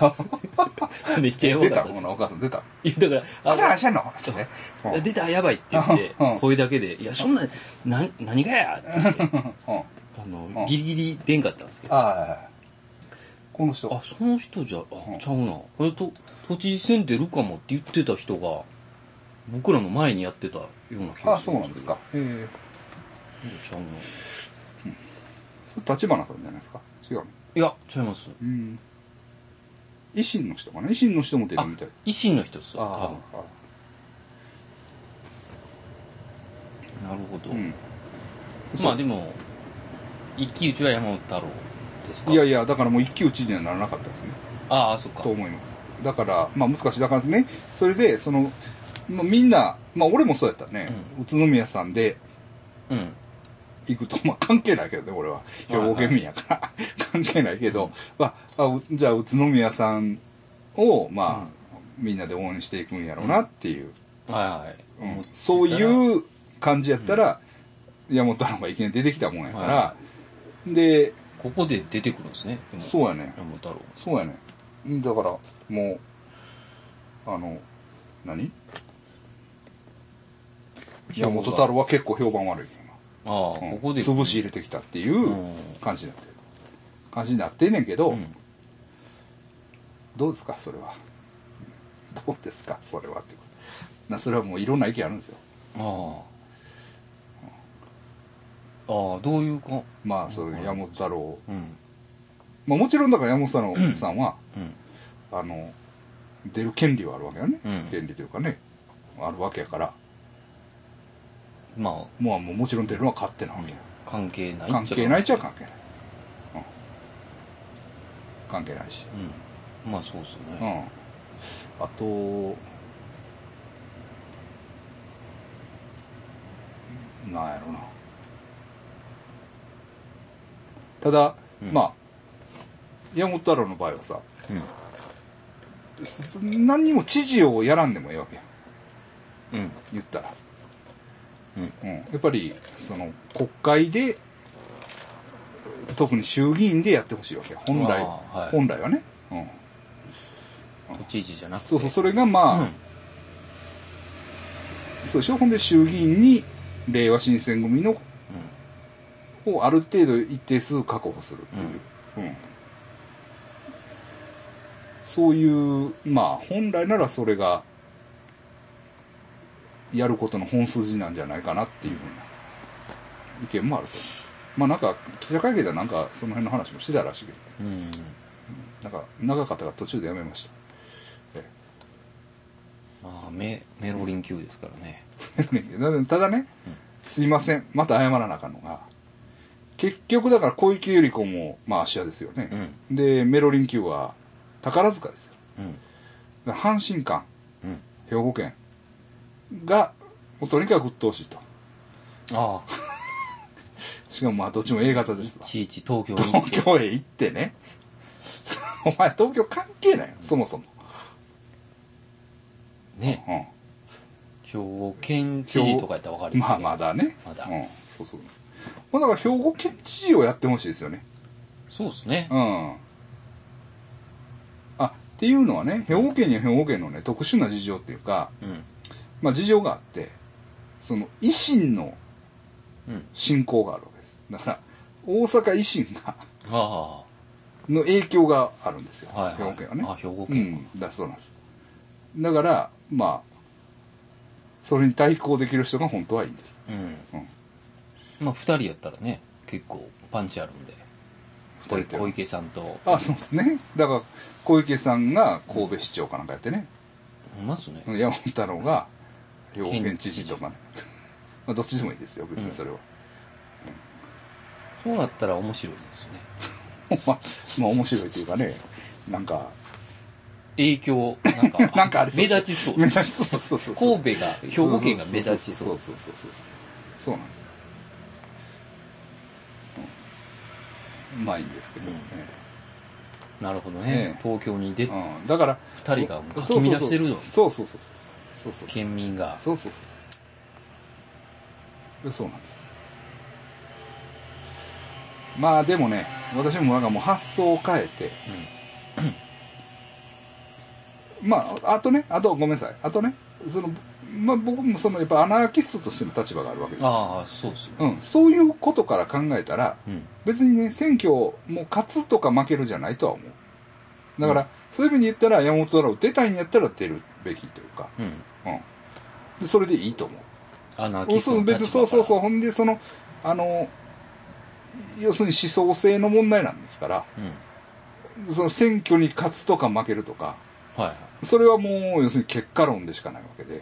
めっちゃ
あ、
やば
出
かったたです
ほ。なお母さん出た
いや、だから、
あ
あ
らっしゃんのってね、うん
出たやばいって言って
うん、
声だけで、いや、そんな、なん、何がやって言って、
うん
あ
うん
の、ギリギリ出んかったんですけど、あ、
ああこの人
その人じゃ、
うん
あ、ちゃうな。これと、都知事選出るかもって言ってた人が、僕らの前にやってたような気
あ
が
あ
す
そう
る
なん
けど
ですかえ
ちゃうな。
え立花さんじゃないですか違うの
いや、ちゃいます。
うん維新の人かな維新の人も出る
あ
みたい、
維新の人っすよ、
あ
多
あ
分。なるほど
う。ん
まあでも、一騎打ちは山本太郎ですか
いやいやだからもう一騎打ちにはならなかったですね
ああ、そっか
と。思いますだからまあ難しいだからねそれでその、まあ、みんなまあ俺もそうやったね、宇都宮さんで
うん。
行くと、まあ、関係ないけどね、俺は。兵庫県民やから。関係ないけど、まあ、あうじゃあ、宇都宮さんを、まあ、みんなで応援していくんやろうなっていう、
はい
う
はい。
ん
思ってたら
そういう感じやったら、山本太郎がいきなり出てきたもんやから、
は
で、
ここで出てくるんですね。でも
そうやね。
山本太郎。
そうやね。んだから、もう、あの、何山本太郎は結構評判悪いよな。
ああ、
うん
ここで。
潰し入れてきたっていう感じになってる感じになってんねんけど、
うん
どうですかそれはどうですかそれはっていうことなそれはもういろんな意見あるんですよ
ああ。ああ、どういうか。
まあそういう山本太郎、
うん。
まあ、もちろんだから山本太郎さんは、
うん。
あの出る権利はあるわけよね、
うん
権利というかねあるわけやから
ま
まあもうもちろん出るのは勝手な
あ、
わ
うん
けよ、
関係ないっちゃ
関係ないっちゃ関係ない、うん関係ないし
うん。まあそうです
う
ね。
ん、あとなんやろなただ、
うん
まあ山本太郎の場合はさ
うん。
そ何にも知事をやらんでもいいわけやん
うん。
言ったら、
うん。
うん、やっぱりその国会で特に衆議院でやってほしいわけや本来、
ああはい
本来はね、うん、
都知事じゃなくて。
そうそうそれがまあ、
うん。
そうでしょほんで衆議院にれいわ新選組のをある程度一定数確保するっていう、うんそういうまあ本来ならそれがやることの本筋なんじゃないかなっていうふうな意見もあるとまあなんか記者会見ではなんかその辺の話もしてたらしいけど
うん。うん。
なんか長かったから途中でやめました
まあ、メ、メロリン級ですからね。
ただね、
うん
すいませんまた謝らなあかんのが結局だから小池百合子もまあ芦屋ですよね、でメロリン級は宝塚ですよ
うん。
だから阪神館
うん。
兵庫県がもうとにかく鬱陶しいと
ああ、
しかもまあどっちも A 型です
い
わ
ちいち東京に行 って
東京へ行ってね お前東京関係ないよそもそも、
ね、
うん、
兵庫県知事とかやったらわかるよね
まあまだね
まだ
うん、そうそうまあだから兵庫県知事をやってほしいですよね
そうですね。
うん。あ、っていうのはね、兵庫県には兵庫県のね、特殊な事情っていうか、
うん。
まあ事情があって、その維新の
うん。
信仰があるわけですだから大阪維新が
は
の影響があるんですよ、
あ、はい、はい。
兵庫県はね
あ、兵庫
う
県か。
んだそうなんですだからまあそれに対抗できる人が本当はいいんです
うん。
うん
まあ、二人やったらね、結構パンチあるんで。
二人という
小池さんと。
あそうですねだから小池さんが神戸市長かなんかやってね
いますね。
山本太郎が兵庫県知事とかね まあどっちでもいいですよ別にそれは、
そうなったら面白いですよね。
まあまあ面白いというかねなんか、
影響、なんか
なんかありそう
目立ちそう。
目立ち そうそうそうそう
神戸が、兵庫県が目立ちそう。
そうそうそうそうそうなんですよ、うんまあいいんですけど、
うん
ね
なるほど
え
ね。
え
東京に出て、
うん、だから
二人がもうかき乱してるの
そうそうそうそうそうそうそう
県民が。
そうそうそうそうそうなんですまあでもね私もなんかもう発想を変えて
う
まああとねあとごめんなさいあとねそのまあ僕もそのやっぱアナーキストとしての立場があるわけで
ん。
すよ、
ああ、そうですよね。
うん、そういうことから考えたら
うん。
別にね選挙もう勝つとか負けるじゃないとは思うだから、そういう意味で言ったら山本太郎出たいんやったら出るべきというか、
うん。
うん、でそれでいいと思う
アナー
お
キスト
そう
の
別
立
に
場
そうそうそう
う。
ほんでそのあの要するに思想性の問題なんですから
うん。
その選挙に勝つとか負けるとか
はいは
それはもう要するに結果論でしかないわけで、
い。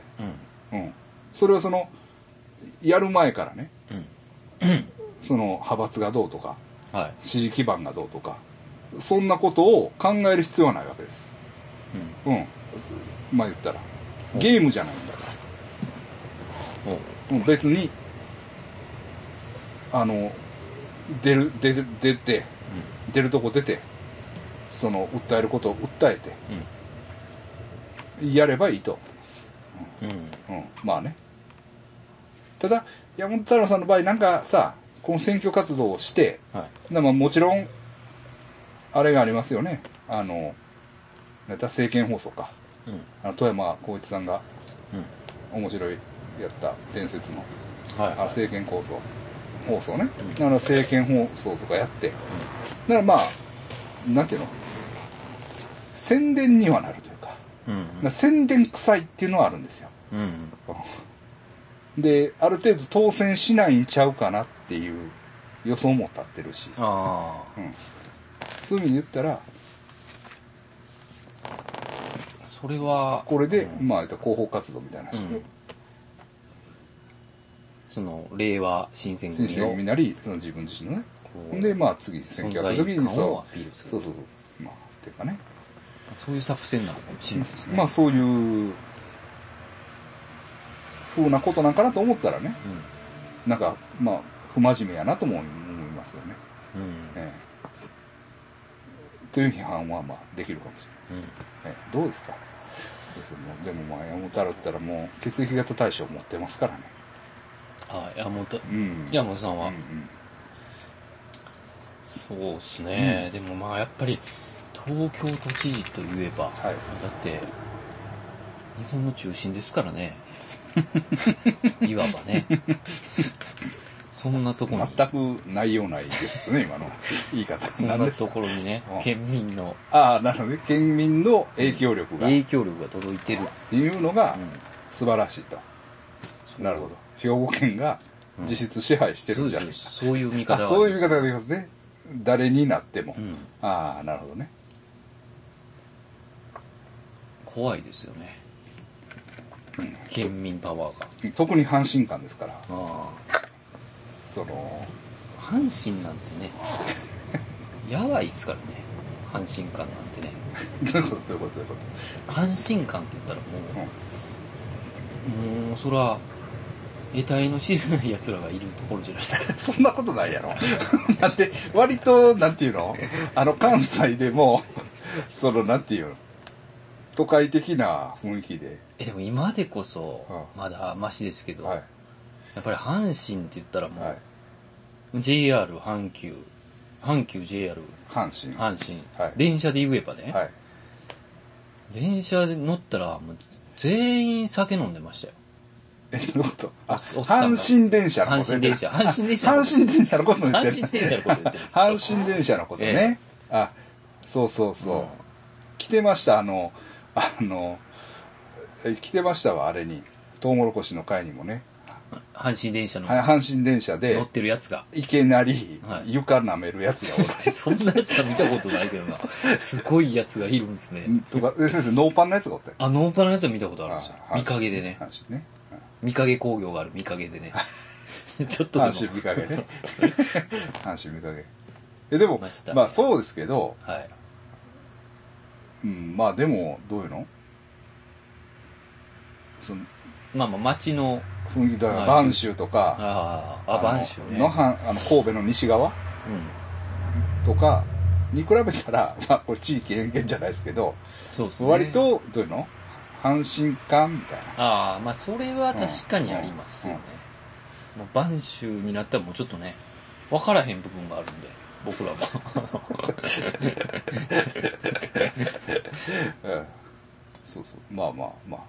うん、それはそのやる前からね
うん。うん。
その派閥がどうとか
はい。
支持基盤がどうとかそんなことを考える必要はないわけです
うん。
うんまあ言ったらゲームじゃないんだから
お
う
う
ん別にあの出る出る出て出るとこ出てその訴えることを訴えてやればいいと思います、
うん。うん。
うん、まあねただ山本太郎さんの場合なんかさこの選挙活動をして
はい。
なまあもちろんあれがありますよねあのなんだ政見放送か
うん。
あの富山浩一さんが
うん。
面白いやった伝説の
はい。
あ
はい。
政権構想放送ね、
うん
だから政権放送とかやって、だからまあなんていうの宣伝にはなるというかだか
うん。
ら宣伝臭いっていうのはあるんですよ
うん。うん。
である程度当選しないんちゃうかなっていう予想も立ってるし
あ
そういう意味で言ったら
あ。それは、
これで、
うん
まあ広報活動みたいなして、
うんその、令和新選
先
組
生
を
み。なりその自分自身のね
こう
でまあ次選挙やった時に
存在感を
そ
アピール
う
する
そうそうそうまあっていうかね
そういう作戦なのかもしれないですね。
まあそういうふうなことなんかなと思ったらねなんかまあ不真面目やなとも思いますよね、
うん。うん。
ええという批判はまあできるかもし
うん。
れない、ええどうですかですもうでもまあ山本太郎って言ったらもう血液型対象持ってますからね
あ、山本、
うん
山本さんは、
うんうん
そうですね、でもまあやっぱり東京都知事といえば、
はい
だって日本の中心ですから ねいわばねそんなとこに
全く内容ないですよね今の言い方
そん
な
なん
です
ところにね
うん
県民の
ああなるほどね県民の影響力がっ
影響力が届いてる、
ていうのが
うん
素晴らしいと、なるほど兵庫県が実質支配してるんじゃないか、
そういう見
あ
方は
そういう見方ができますね誰になっても、
うん
ああなるほどね
怖いですよね、県民パワーが
特に阪神間ですから
ああ
その
阪神なんてねやばいっすからね阪神間なんてね
どういうことどういうことどういうこ
阪神間って言ったら
と、う
も
ん
う、もうそら得体の知れない奴らがいるところじゃな いですか
そんなことないやろ だって割となんていうのあの関西でもそのなんていうの都会的な雰囲気で、
えでも今でこそ
うん
まだマシですけど、
はい
やっぱり阪神って言ったらもう、
はい、
JR 阪急阪急 JR
阪神
阪神、
はい
電車で言えばね、
はい
電車で乗ったらもう全員酒飲んでましたよ
ええどういうことあ
おっさんが
阪神電車のこと
阪神電車。阪神電車のこと
阪神電車のこと言ってる
阪神電車のこと言ってるんですよ
阪神電車のことね、あそうそうそう、
うん
来てましたあのあのえ来てましたわあれにトウモロコシの会にもね、
阪神電車の
は阪神電車
乗
で
ってるやつが。
いきなり
はい
床舐めるやつがおる、
そんなやつは見たことないけどな。すごいやつがいるんです ね。
とかで先生ノーパンのやつがおったよ
あ、ノーパンのやつは見たことあるんですよ
あ。
見陰でね。
阪神ね
見陰工業がある見陰でね。 ちょっとでも
阪神見かけ ね阪神見かけえでも
ました
まあそうですけど、
はい。
うん、まあでもどういうのその
まあまあ街の、
雰囲気だから
はい
播州とか
あ
あ
あ、あ、
の
晩秋ね。
のはあの神戸の西側
うん。
とかに比べたら、 まあ、これ地域偏見じゃないですけど、
そうですね。
割。とどういうの阪神感みたいな
ああ、まあそれは確かにありますよね。もう晩秋になったらもうちょっとね、わからへん部分があるんで、僕らも。
ええそうそうまあまあまあ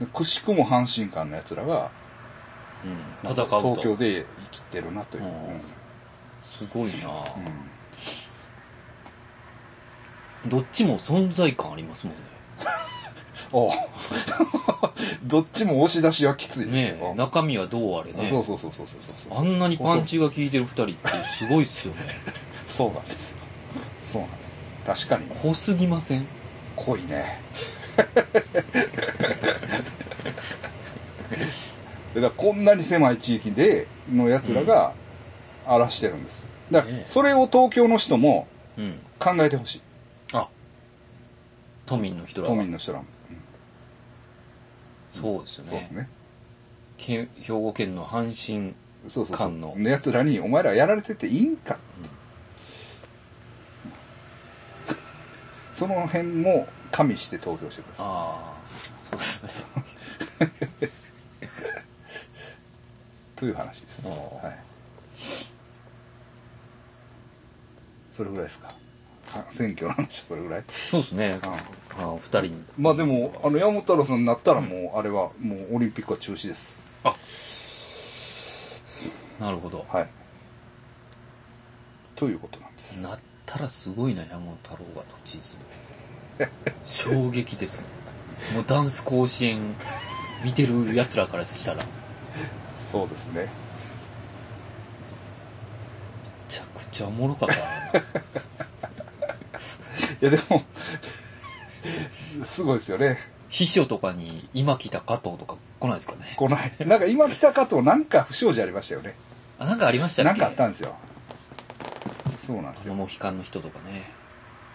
でくしくも阪神間のやつらが
うん。
な
戦
ん
う
か
と。
東京で生きてるなという、
う
うんん
すごいなあ
うん
どっちも存在感ありますもんね。
おう どっちも押し出しはきついです
ね
よ、
え、中身はどうあれね。
そうそうそうそうそうそうそう
あんなにパンチが効いてる二人ってすごいっすよね。
そうなんですよそうなんです確かに
濃すぎません
濃いね だからこんなに狭い地域でのやつらが荒らしてるんですだか
ね
ら
え
それを東京の人も
うん。
考えてほしい
あ、都民の人ら
都
は。
民の人らも、うん
そうですよ
そうです
ね。
ね
け兵庫県の阪神、
そうそうそう
官の
やつらにお前らやられてていいんかって、 その辺も加味して投票してください
ああ、そ うですね。
という話です、
ああ
はい、それぐらいですかは選挙の話それぐらい
そうですね。あーお二人に。
まあでもあの山本太郎さんになったらもうあれはもうオリンピックは中止です
あ、なるほど。
はいということなんです
なったらすごいな、山本太郎が都知事。衝撃ですね。もうダンス甲子園見てる奴らからしたら、め
そうですね
ちゃくちゃおもろ かったな。
いやでもすごいですよね
秘書とかに今来た加藤とか来ないですかね。
来ない。なんか今来たかとなんか不祥事ありましたよね。
あ、なんかありましたっけ
なんかあったんですよ。そうなんですよ。
モヒカンの人とかね。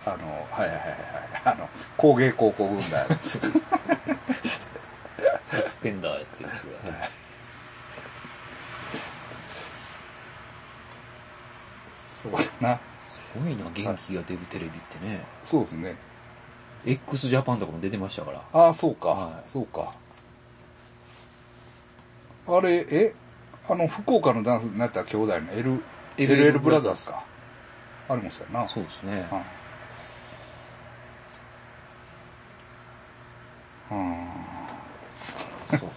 あの、はいはいはいはい。あの、工芸高校軍団。
サスペンダーやってる人 が。
そうだな。
すごいな、元気が出るテレビってね。
そうですね。
x ジャパンとかも出てましたから。
ああ、そうか、
はい
そうか。あれ、えあの、福岡のダンスになった兄弟の L、LL ブラザーズか。あれもそうやな。
そうですね。
はい。うん。
そうですね。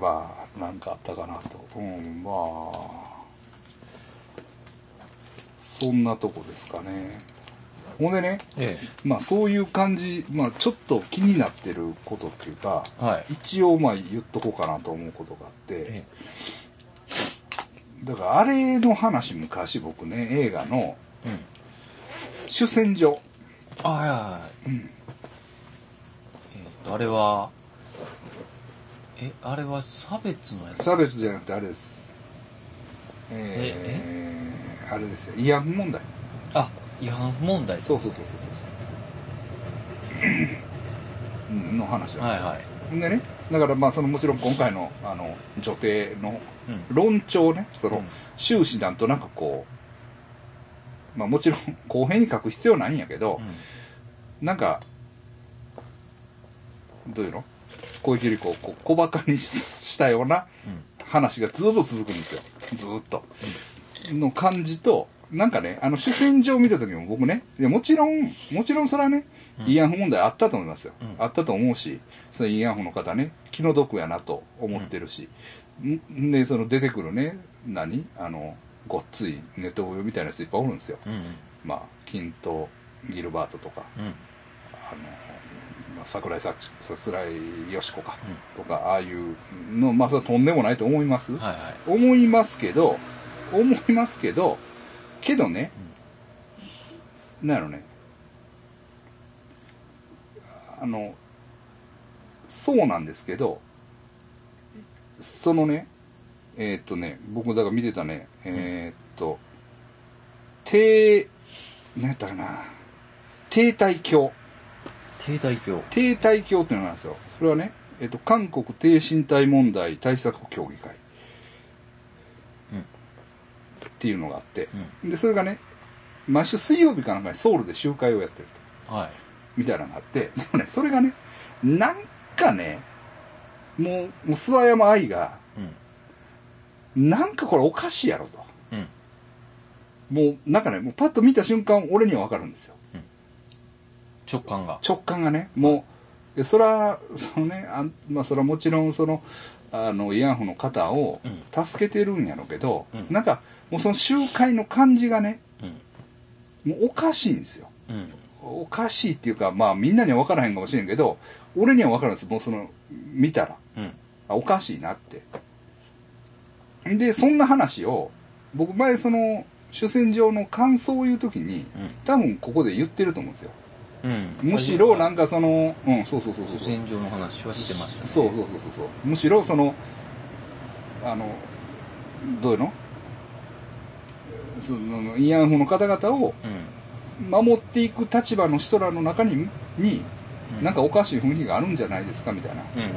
まあ、なんかあったかなと。うん、まあ、そんなとこですかね。ほんでね、
え
まあそういう感じ、まあちょっと気になってることっていうか、
え。はい。
一応まあ言っとこうかなと思うことがあって
え、
だからあれの話昔僕ね、映画の
え。うん。
主戦場。
あ、はいはいはい。えっと、あれは、え、あれは差別のやつ
差別じゃなくてあれです。えーあれですよ。慰安婦問題。
あ、違反問題
そうそうそうそうそうそう。うんの話なんですよ。
はいはい。
でねだからまあそのもちろん今回のあの女帝の
うん。
論調ねその、
うん
終始なんとなくこうまあもちろん公平に書く必要ないんやけど、なんかどういうの小池百合子をこう小馬鹿にしたような
うん。
話がずっと続くんですよずっと、の感じとなんかね、あの、主戦場を見た時も僕ね、いやもちろん、もちろんそれはね、慰安婦問題あったと思いますよ。あったと思うし、その慰安婦の方ね、気の毒やなと思ってるし、んで、その出てくるね、何あの、ごっついネトウヨみたいなやついっぱいおるんですよ。
うん
まあ、金とギルバートとか、
うん
あの、まあ、桜井幸子桜井よし子か、とか、ああいうの、まあ、それはとんでもないと思います。
はいはい
思いますけど、思いますけど、けどね、なんやろね、あの、そうなんですけど、そのね、えーっとね、僕だから見てたね、えーっと、低、なんやったかな、低体鏡。
停滞教
低体教っていうのがあるんですよ。それはね、えっと、韓国低身体問題対策協議会。
うん
っていうのがあって、で、それがね、毎週水曜日かなんかにソウルで集会をやってると。
はい
みたいなのがあって、でもね、それがね、なんかね、もう、もう諏訪山愛が、
うん
なんかこれおかしいやろと。
うん
もう、なんかね、もうパッと見た瞬間、俺にはわかるんですよ。
直感が
直感がねもうえそれはそのねあんまあそれはもちろんそのあの慰安婦の方を
うん
助けてるんやろうけど、
うん
なんかもうその集会の感じがね
うん
もうおかしいんですよ
うん
おかしいっていうかまあみんなには分からへんかもしれんけど俺には分かるんですもうその見たら
うん
あおかしいなってでそんな話を僕前その主戦場の感想を言う時に多分ここで言ってると思うんですよ
うんうん
むしろなん
か
かそのうんそうそうそうそう
主戦場の話はしてましたね
そうそうそうそうそうむしろそのあのどういうのその慰安婦の方々を
うん
守っていく立場の人らの中にに
う
なんかおかしい雰囲気があるんじゃないですかみたいな
うんうん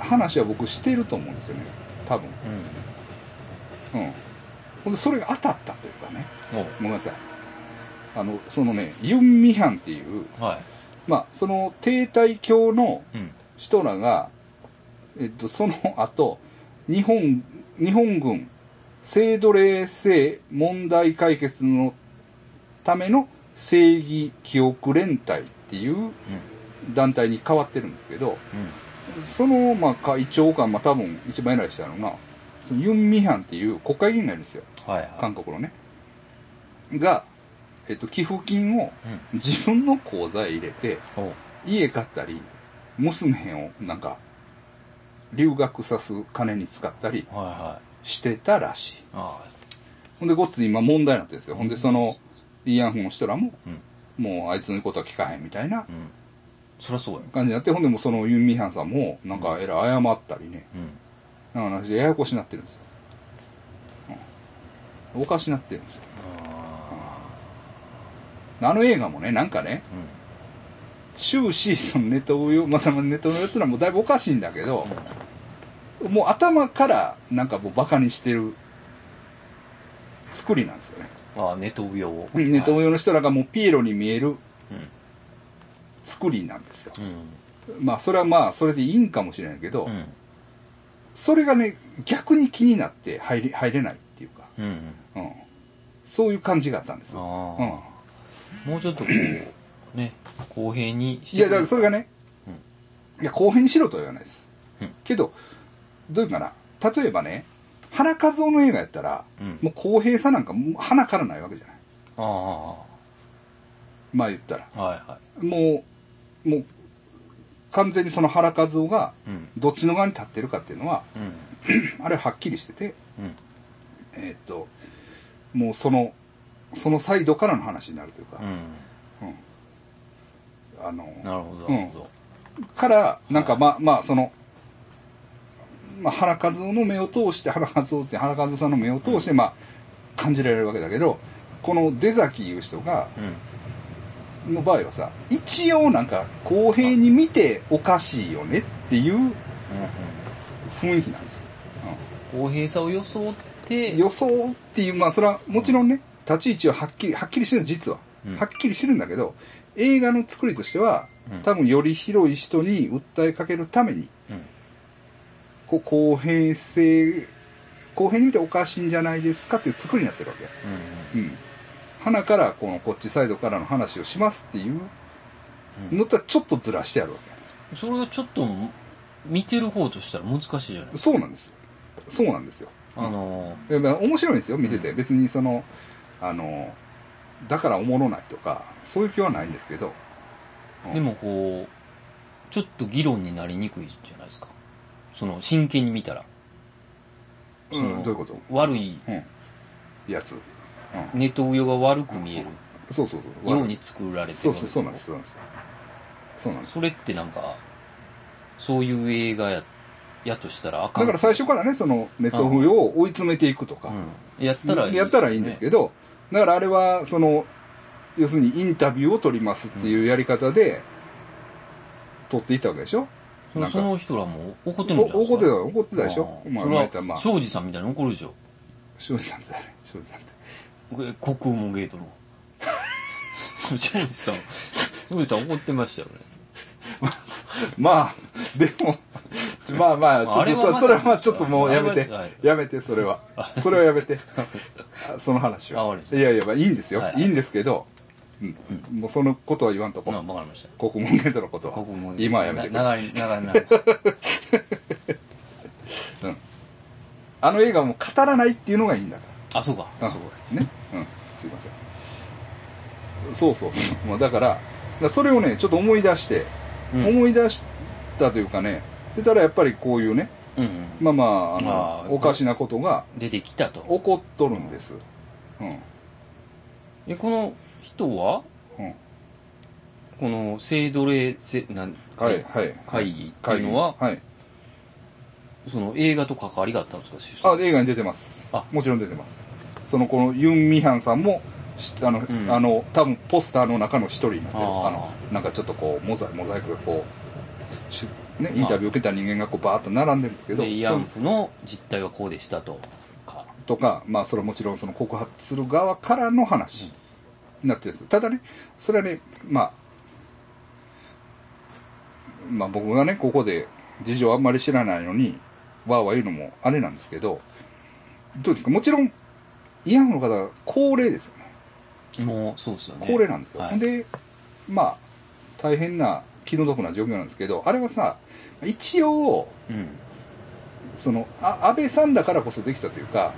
話は僕してると思うんですよね多分
うん
うんほんでそれが当たったというかね
おう
ごめんなさいあのそのねユン・ミハンっていう
は
まあその停滞教の
いうん
人らが、えっと、その後、日本、日本軍、性奴隷性問題解決のための正義記憶連帯っていう団体に変わってるんですけど、
うん
その、まあ、会長官、まあ、多分一番偉い人なのが、そのユン・ミハンっていう国会議員なんですよ。
うんはいは
韓国のね。が、えっと、寄付金を
いうん
自分の口座へ入れて、
おう
家買ったり娘をなんか留学さす金に使ったり
はいはい
してたらしい
あ
ほんでごっつい今問題になってるんですよほんでその慰安婦の人らも
あうん
もうあいつの言うことは聞かへんみたいな
うんそりゃそうや
感じになってほんでもうそのユン・ミハンさんもなんかえらい謝ったりね
うん
なんか話ややこしになってるんですよ、うんおかしなってるんですよあの映画もねなんかね
うん
終始そのネトウヨまあネトウヨのやつらもだいぶおかしいんだけど、もう頭からなんかもうバカにしてる作りなんですよね、
ああネトウヨを
ネトウ
ヨ
ヨの人らがもうピエロに見える
うん
作りなんですよ、
うん
まあそれはまあそれでいいんかもしれないけど、
うん
それがね逆に気になって入り入れないっていうか、
うん
うん、そういう感じがあったんです
あ
よ、
あ
うん、
もうちょっとこうね公平にし
い
て
やだからそれがね、いや公平にしろとは言わないです、
うん
けどどういうかな例えばね花和夫の映画やったら、
うん
もう公平さなんかもう花からないわけじゃない
ああ
まあ言ったら
はいは
もうもう完全にその原和夫が
いうん
どっちの側に立ってるかっていうのは
うん
あれははっきりしてて
うん
えーっともうそのそのサイドからの話になるというか
う、ん
あの
なるほど
うん
なるほど
からなんかまあまあその、まあ、原和夫の目を通して原和夫って原和夫さんの目を通してまあ感じられるわけだけどこの出崎いう人が
うん
の場合はさ一応なんか公平に見ておかしいよねっていう雰囲気なんですよ、
公平さを装って
うん、予想っていうまあそれはもちろんね立ち位置ははっきりはっきりしてる実は、
うん
はっきりしてるんだけど映画の作りとしては
うん
多分より広い人に訴えかけるために
うん
こう公平性公平に見ておかしいんじゃないですかっていう作りになってるわけ。うん。花から、この、こっちサイドからの話をしますっていうのとはちょっとずらしてあるわ
それがちょっと見てる方としたら難しいじゃない
け。そうなんです。そうなんですよ。
あの
いやまあ面白いんですよ、見てて。別にその、あの、だからおもろないとか、そういう気はないんですけど、
でもこうちょっと議論になりにくいじゃないですかその真剣に見たら
う
その
ん、どういうこと
悪い
うん。やつ。うん。
ネトウヨが悪く見える
そうそうそう。
ように作られてる
そうそう、そうなんです。そうなんです。そうなんです。
それってなんかそういう映画ややとしたらあかん
だから最初からね、その、ネトウヨを追い詰めていくとか、
うん、やったら
やったらいいんですけど、だからあれは、その、要するにインタビューを取りますっていうやり方で、取っていったわけでしょ
そのその人らも怒ってるんじゃな
お
い
怒ってた、
怒
怒ってたでしょまあ、またまあ、
庄司さんみたいに怒るでしょ
庄司さんって誰庄司さんって。
国空門ゲートの 庄司さん庄司さん怒ってましたよね
まあ、でも、まあまあ、ちょ
あ
っ
れ
と
は
そ
まだ
それはまあちょっともうやめ
あれ
て
ははい、
やめて、それは。それはやめ て。あその話
あわ
は
かりま。し
い
た
やいや、まあいいんですよ
は。い
いいんですけど、うんもうそのことは言わんとこ
まあ。わかりました
国門ゲートのことは
国門。ゲート
今はやめてくれ
な流れ流れになります
あの映画も語らないっていうのがいいんだか。
あそうからそう
うんね。うん。すいません。そう そうそう。まあだから、だからそれをね、ちょっと思い出して、
うん
思い出したというかね、出たらやっぱりこういうね、
うんうん
まあまあ、あ
まあ
の、おかしなことが、
出てきたと
怒っとるんです。うん。
えこの人は
うん。
この性奴隷せなん
はい、はい。
会議っていうのは
会議
その映画と関わりがあったんですか
はい。あ、映画に出てます。
あ
もちろん出てます。その、このユン・ミハンさんも、しあの、
ん
あの、多分ポスターの中の一人になってる。
あ
あ
ー
の、なんかちょっとこう、モザイク、モザイクがこう、しね、インタビュー受けた人間がこう、バーッと並んでるんですけど、
で慰安
そ
婦の実態はこうでしたとか
うとか、まあ、それはもちろんその告発する側からの話になってるんです。ただね、それはね、まあ、まあ僕がね、ここで事情あんまり知らないのに、わーわー言うのもあれなんですけど、どうですかもちろん、慰安婦の方は高齢ですよね。
もうそうですよね
高齢なんですよ。
はい
ほんで、まあ、大変な気の毒な状況なんですけど、あれはさ、一応、
うんうん
その、あ安倍さんだからこそできたというか、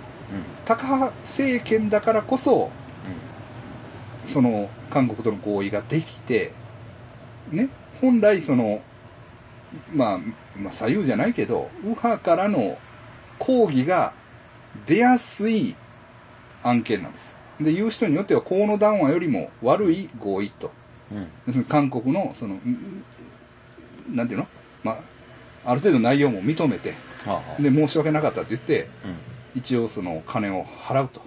高派政権だからこそ、その韓国との合意ができて、ね、本来その、まあ、まあ、左右じゃないけど、右派からの抗議が出やすい案件なんです。で、言う人によっては、河野談話よりも悪い合意と。
うんうん
要するに韓国の、その、んなんていうのまあ、ある程度内容も認めて、
はあはあ
で、申し訳なかったって言って、
うん
一応その金を払うと。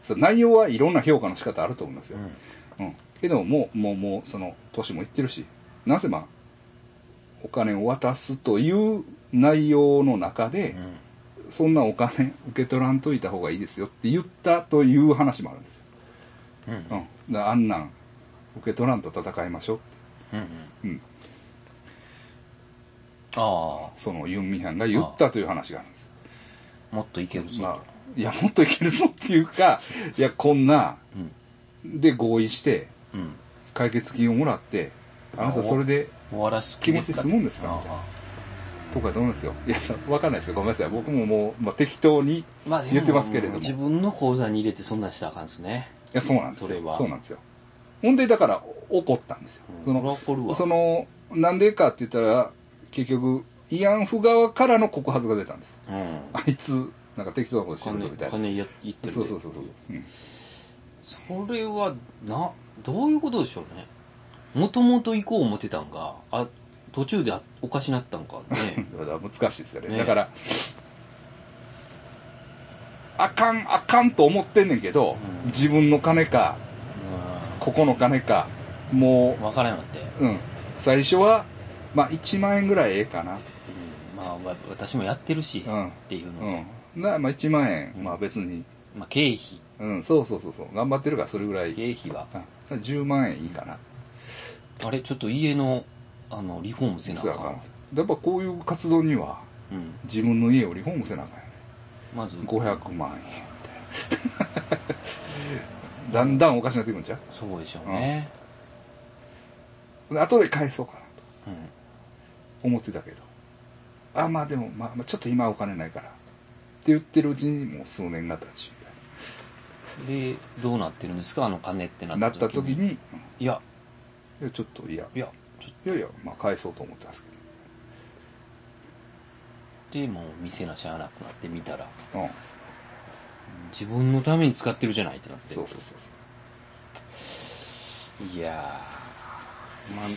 そう内容はいろんな評価の仕方あると思うんですよ。
うん
うん。けどもう、もう、もう、その、年もいってるし、なぜまあ、お金を渡すという内容の中で、
うん
そんなお金受け取らんといた方がいいですよって言ったという話もあるんですよ。
うん
うん。だからあんなん、受け取らんと戦いましょう。
うんうん
うん。
あ
そのユン・ミハンが言ったという話があるんですよ。
あもっといけるぞ、
まあ、いや、もっといけるぞっていうか、いや、こんな、
うん
で合意して、
うん
解決金をもらって、あなたそれで、
終わらす
気持ち済むんですか
ああ
みたいなとかどうなんですよ。いや、わかんないですよ。ごめんなさい。僕ももう、まあ、適当に
まあでも
言ってますけれども。
自分の口座に入れてそんなんしたらあかんですね
いや、そうなんですよ。
それは
うなんですよ。ほんで、だから、怒ったんですよ。
うん
そ
それは
の、
怒るわ
その、なんでかって言ったら、結局、慰安婦側からの告発が出たんです。
うん
あいつ、なんか適当なことしてるぞ
金
みたいな。
金や言ってる
そうそうそうそう。うん
それはなどういうことでしょうねもともと行こう思ってたんかあ途中であおかしなったんか ね
だから難しいですよね。
ねえ
だから、あかん、あかんと思ってんねんけど、
うん
自分の金か、ここの金か、も
分からんようになって、
う、うん、最初は、まあ1万円ぐらいええかな。
うん、まあわ私もやってるし、
う
っ
ん。
ていうの、
うん。な、まあ1万円、
うん
まあ別に、
まあ経費
うん、そうそうそうそう、頑張ってるからそれぐらい、うん、
経費が
10万円いいかな。
あれちょっと家のあのリフォームせなあ
そう
か
や
ん
からやっぱこういう活動には、
うん
自分の家をリフォームせなあかんよね。
まず
500万円みたいな だんだんおかしなっていくんちゃ
そうでしょうね、
う後で返そうかなと
うん
思ってたけどあまあでも、まあ、まあちょっと今はお金ないからって言ってるうちにもう数年が経ちみたい
でどうなってるんですかあの金ってな
なな
っ
った
た
時
時に
に、うん
いや
いやちょっといやい
いやちょっ
やいやまあ返そうと思ってたんです
とでもう店なしゃあなくなってみたら
けどうん
自分のために使ってるじゃないってなって
そうそうそうそう
いやーまあ、うん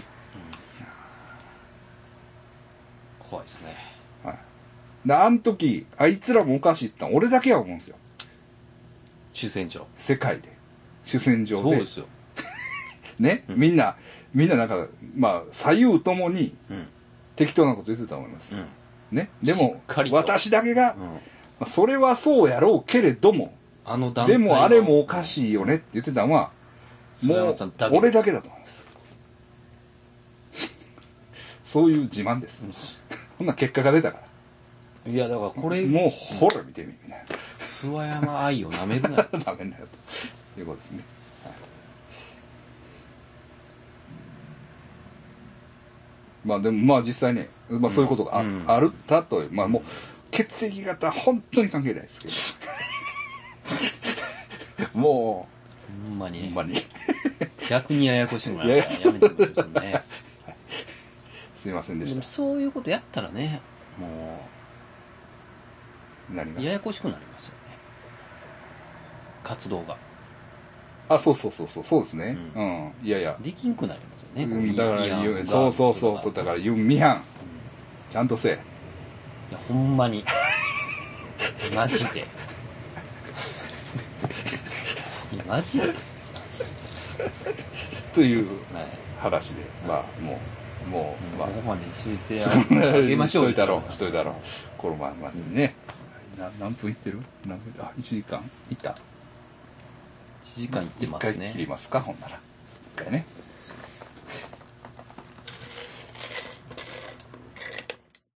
怖いですね
はい。で、あの時、あいつらもおかしいってのは俺だけや思うんですよ。
主戦場
世界で。主戦場
そう
で。
ですよ
ね、みんな、みんななんか、まあ、左右ともに
うん
適当なこと言ってたと思います。
うん
ね。で
しっ
も
かり、と
私だけが、
う
ま
ん
あそれはそうやろうけれども、
あの団体
でもあれもおか
い
しいよねって言ってたのは、も
菅
う
原さんだ、け
俺だけだと思い ます。そういう自慢です。 こんな結果が出たから。
いやだからこれ
もう、ほら見てみ、みたいな。
諏訪山愛をなめるなよ
ダメだよということですね。はいまあでもまあ実際ね、まあそういうことがあ,、
うん
あるったという、まあもう血液型本当に関係ないですけど。も
ほんま
う、
に
ほ
ね
んまに、
逆にややこしくなるか
や
らや
や
めてもらいましょうね
すいませんで
で
し
も
た。
そういうことやったらねも
何
うや
が
やこしくなりますよね活動が
あ、そうそうそうそう、そうですね。
う
うん。いやいや。
できんくなりますよね、
う
こうい
んだから
いや
ゆ、そうそうそう、そう
い
だから、ユン・ミハン、ちゃんとせえ。
やほんまに マジでいやマジで、はい、
という話で、まあ、もう、もう、ま
こ
あ、
こまで締めてあげま
し
しょう
といたろう、
皆
し
さん
といたろう。このままにね。な何分いってる何分いったあ、1時間いった
1時間いって
一
ま
回
す
切り
ね
ますか、ほんなら。一回ね。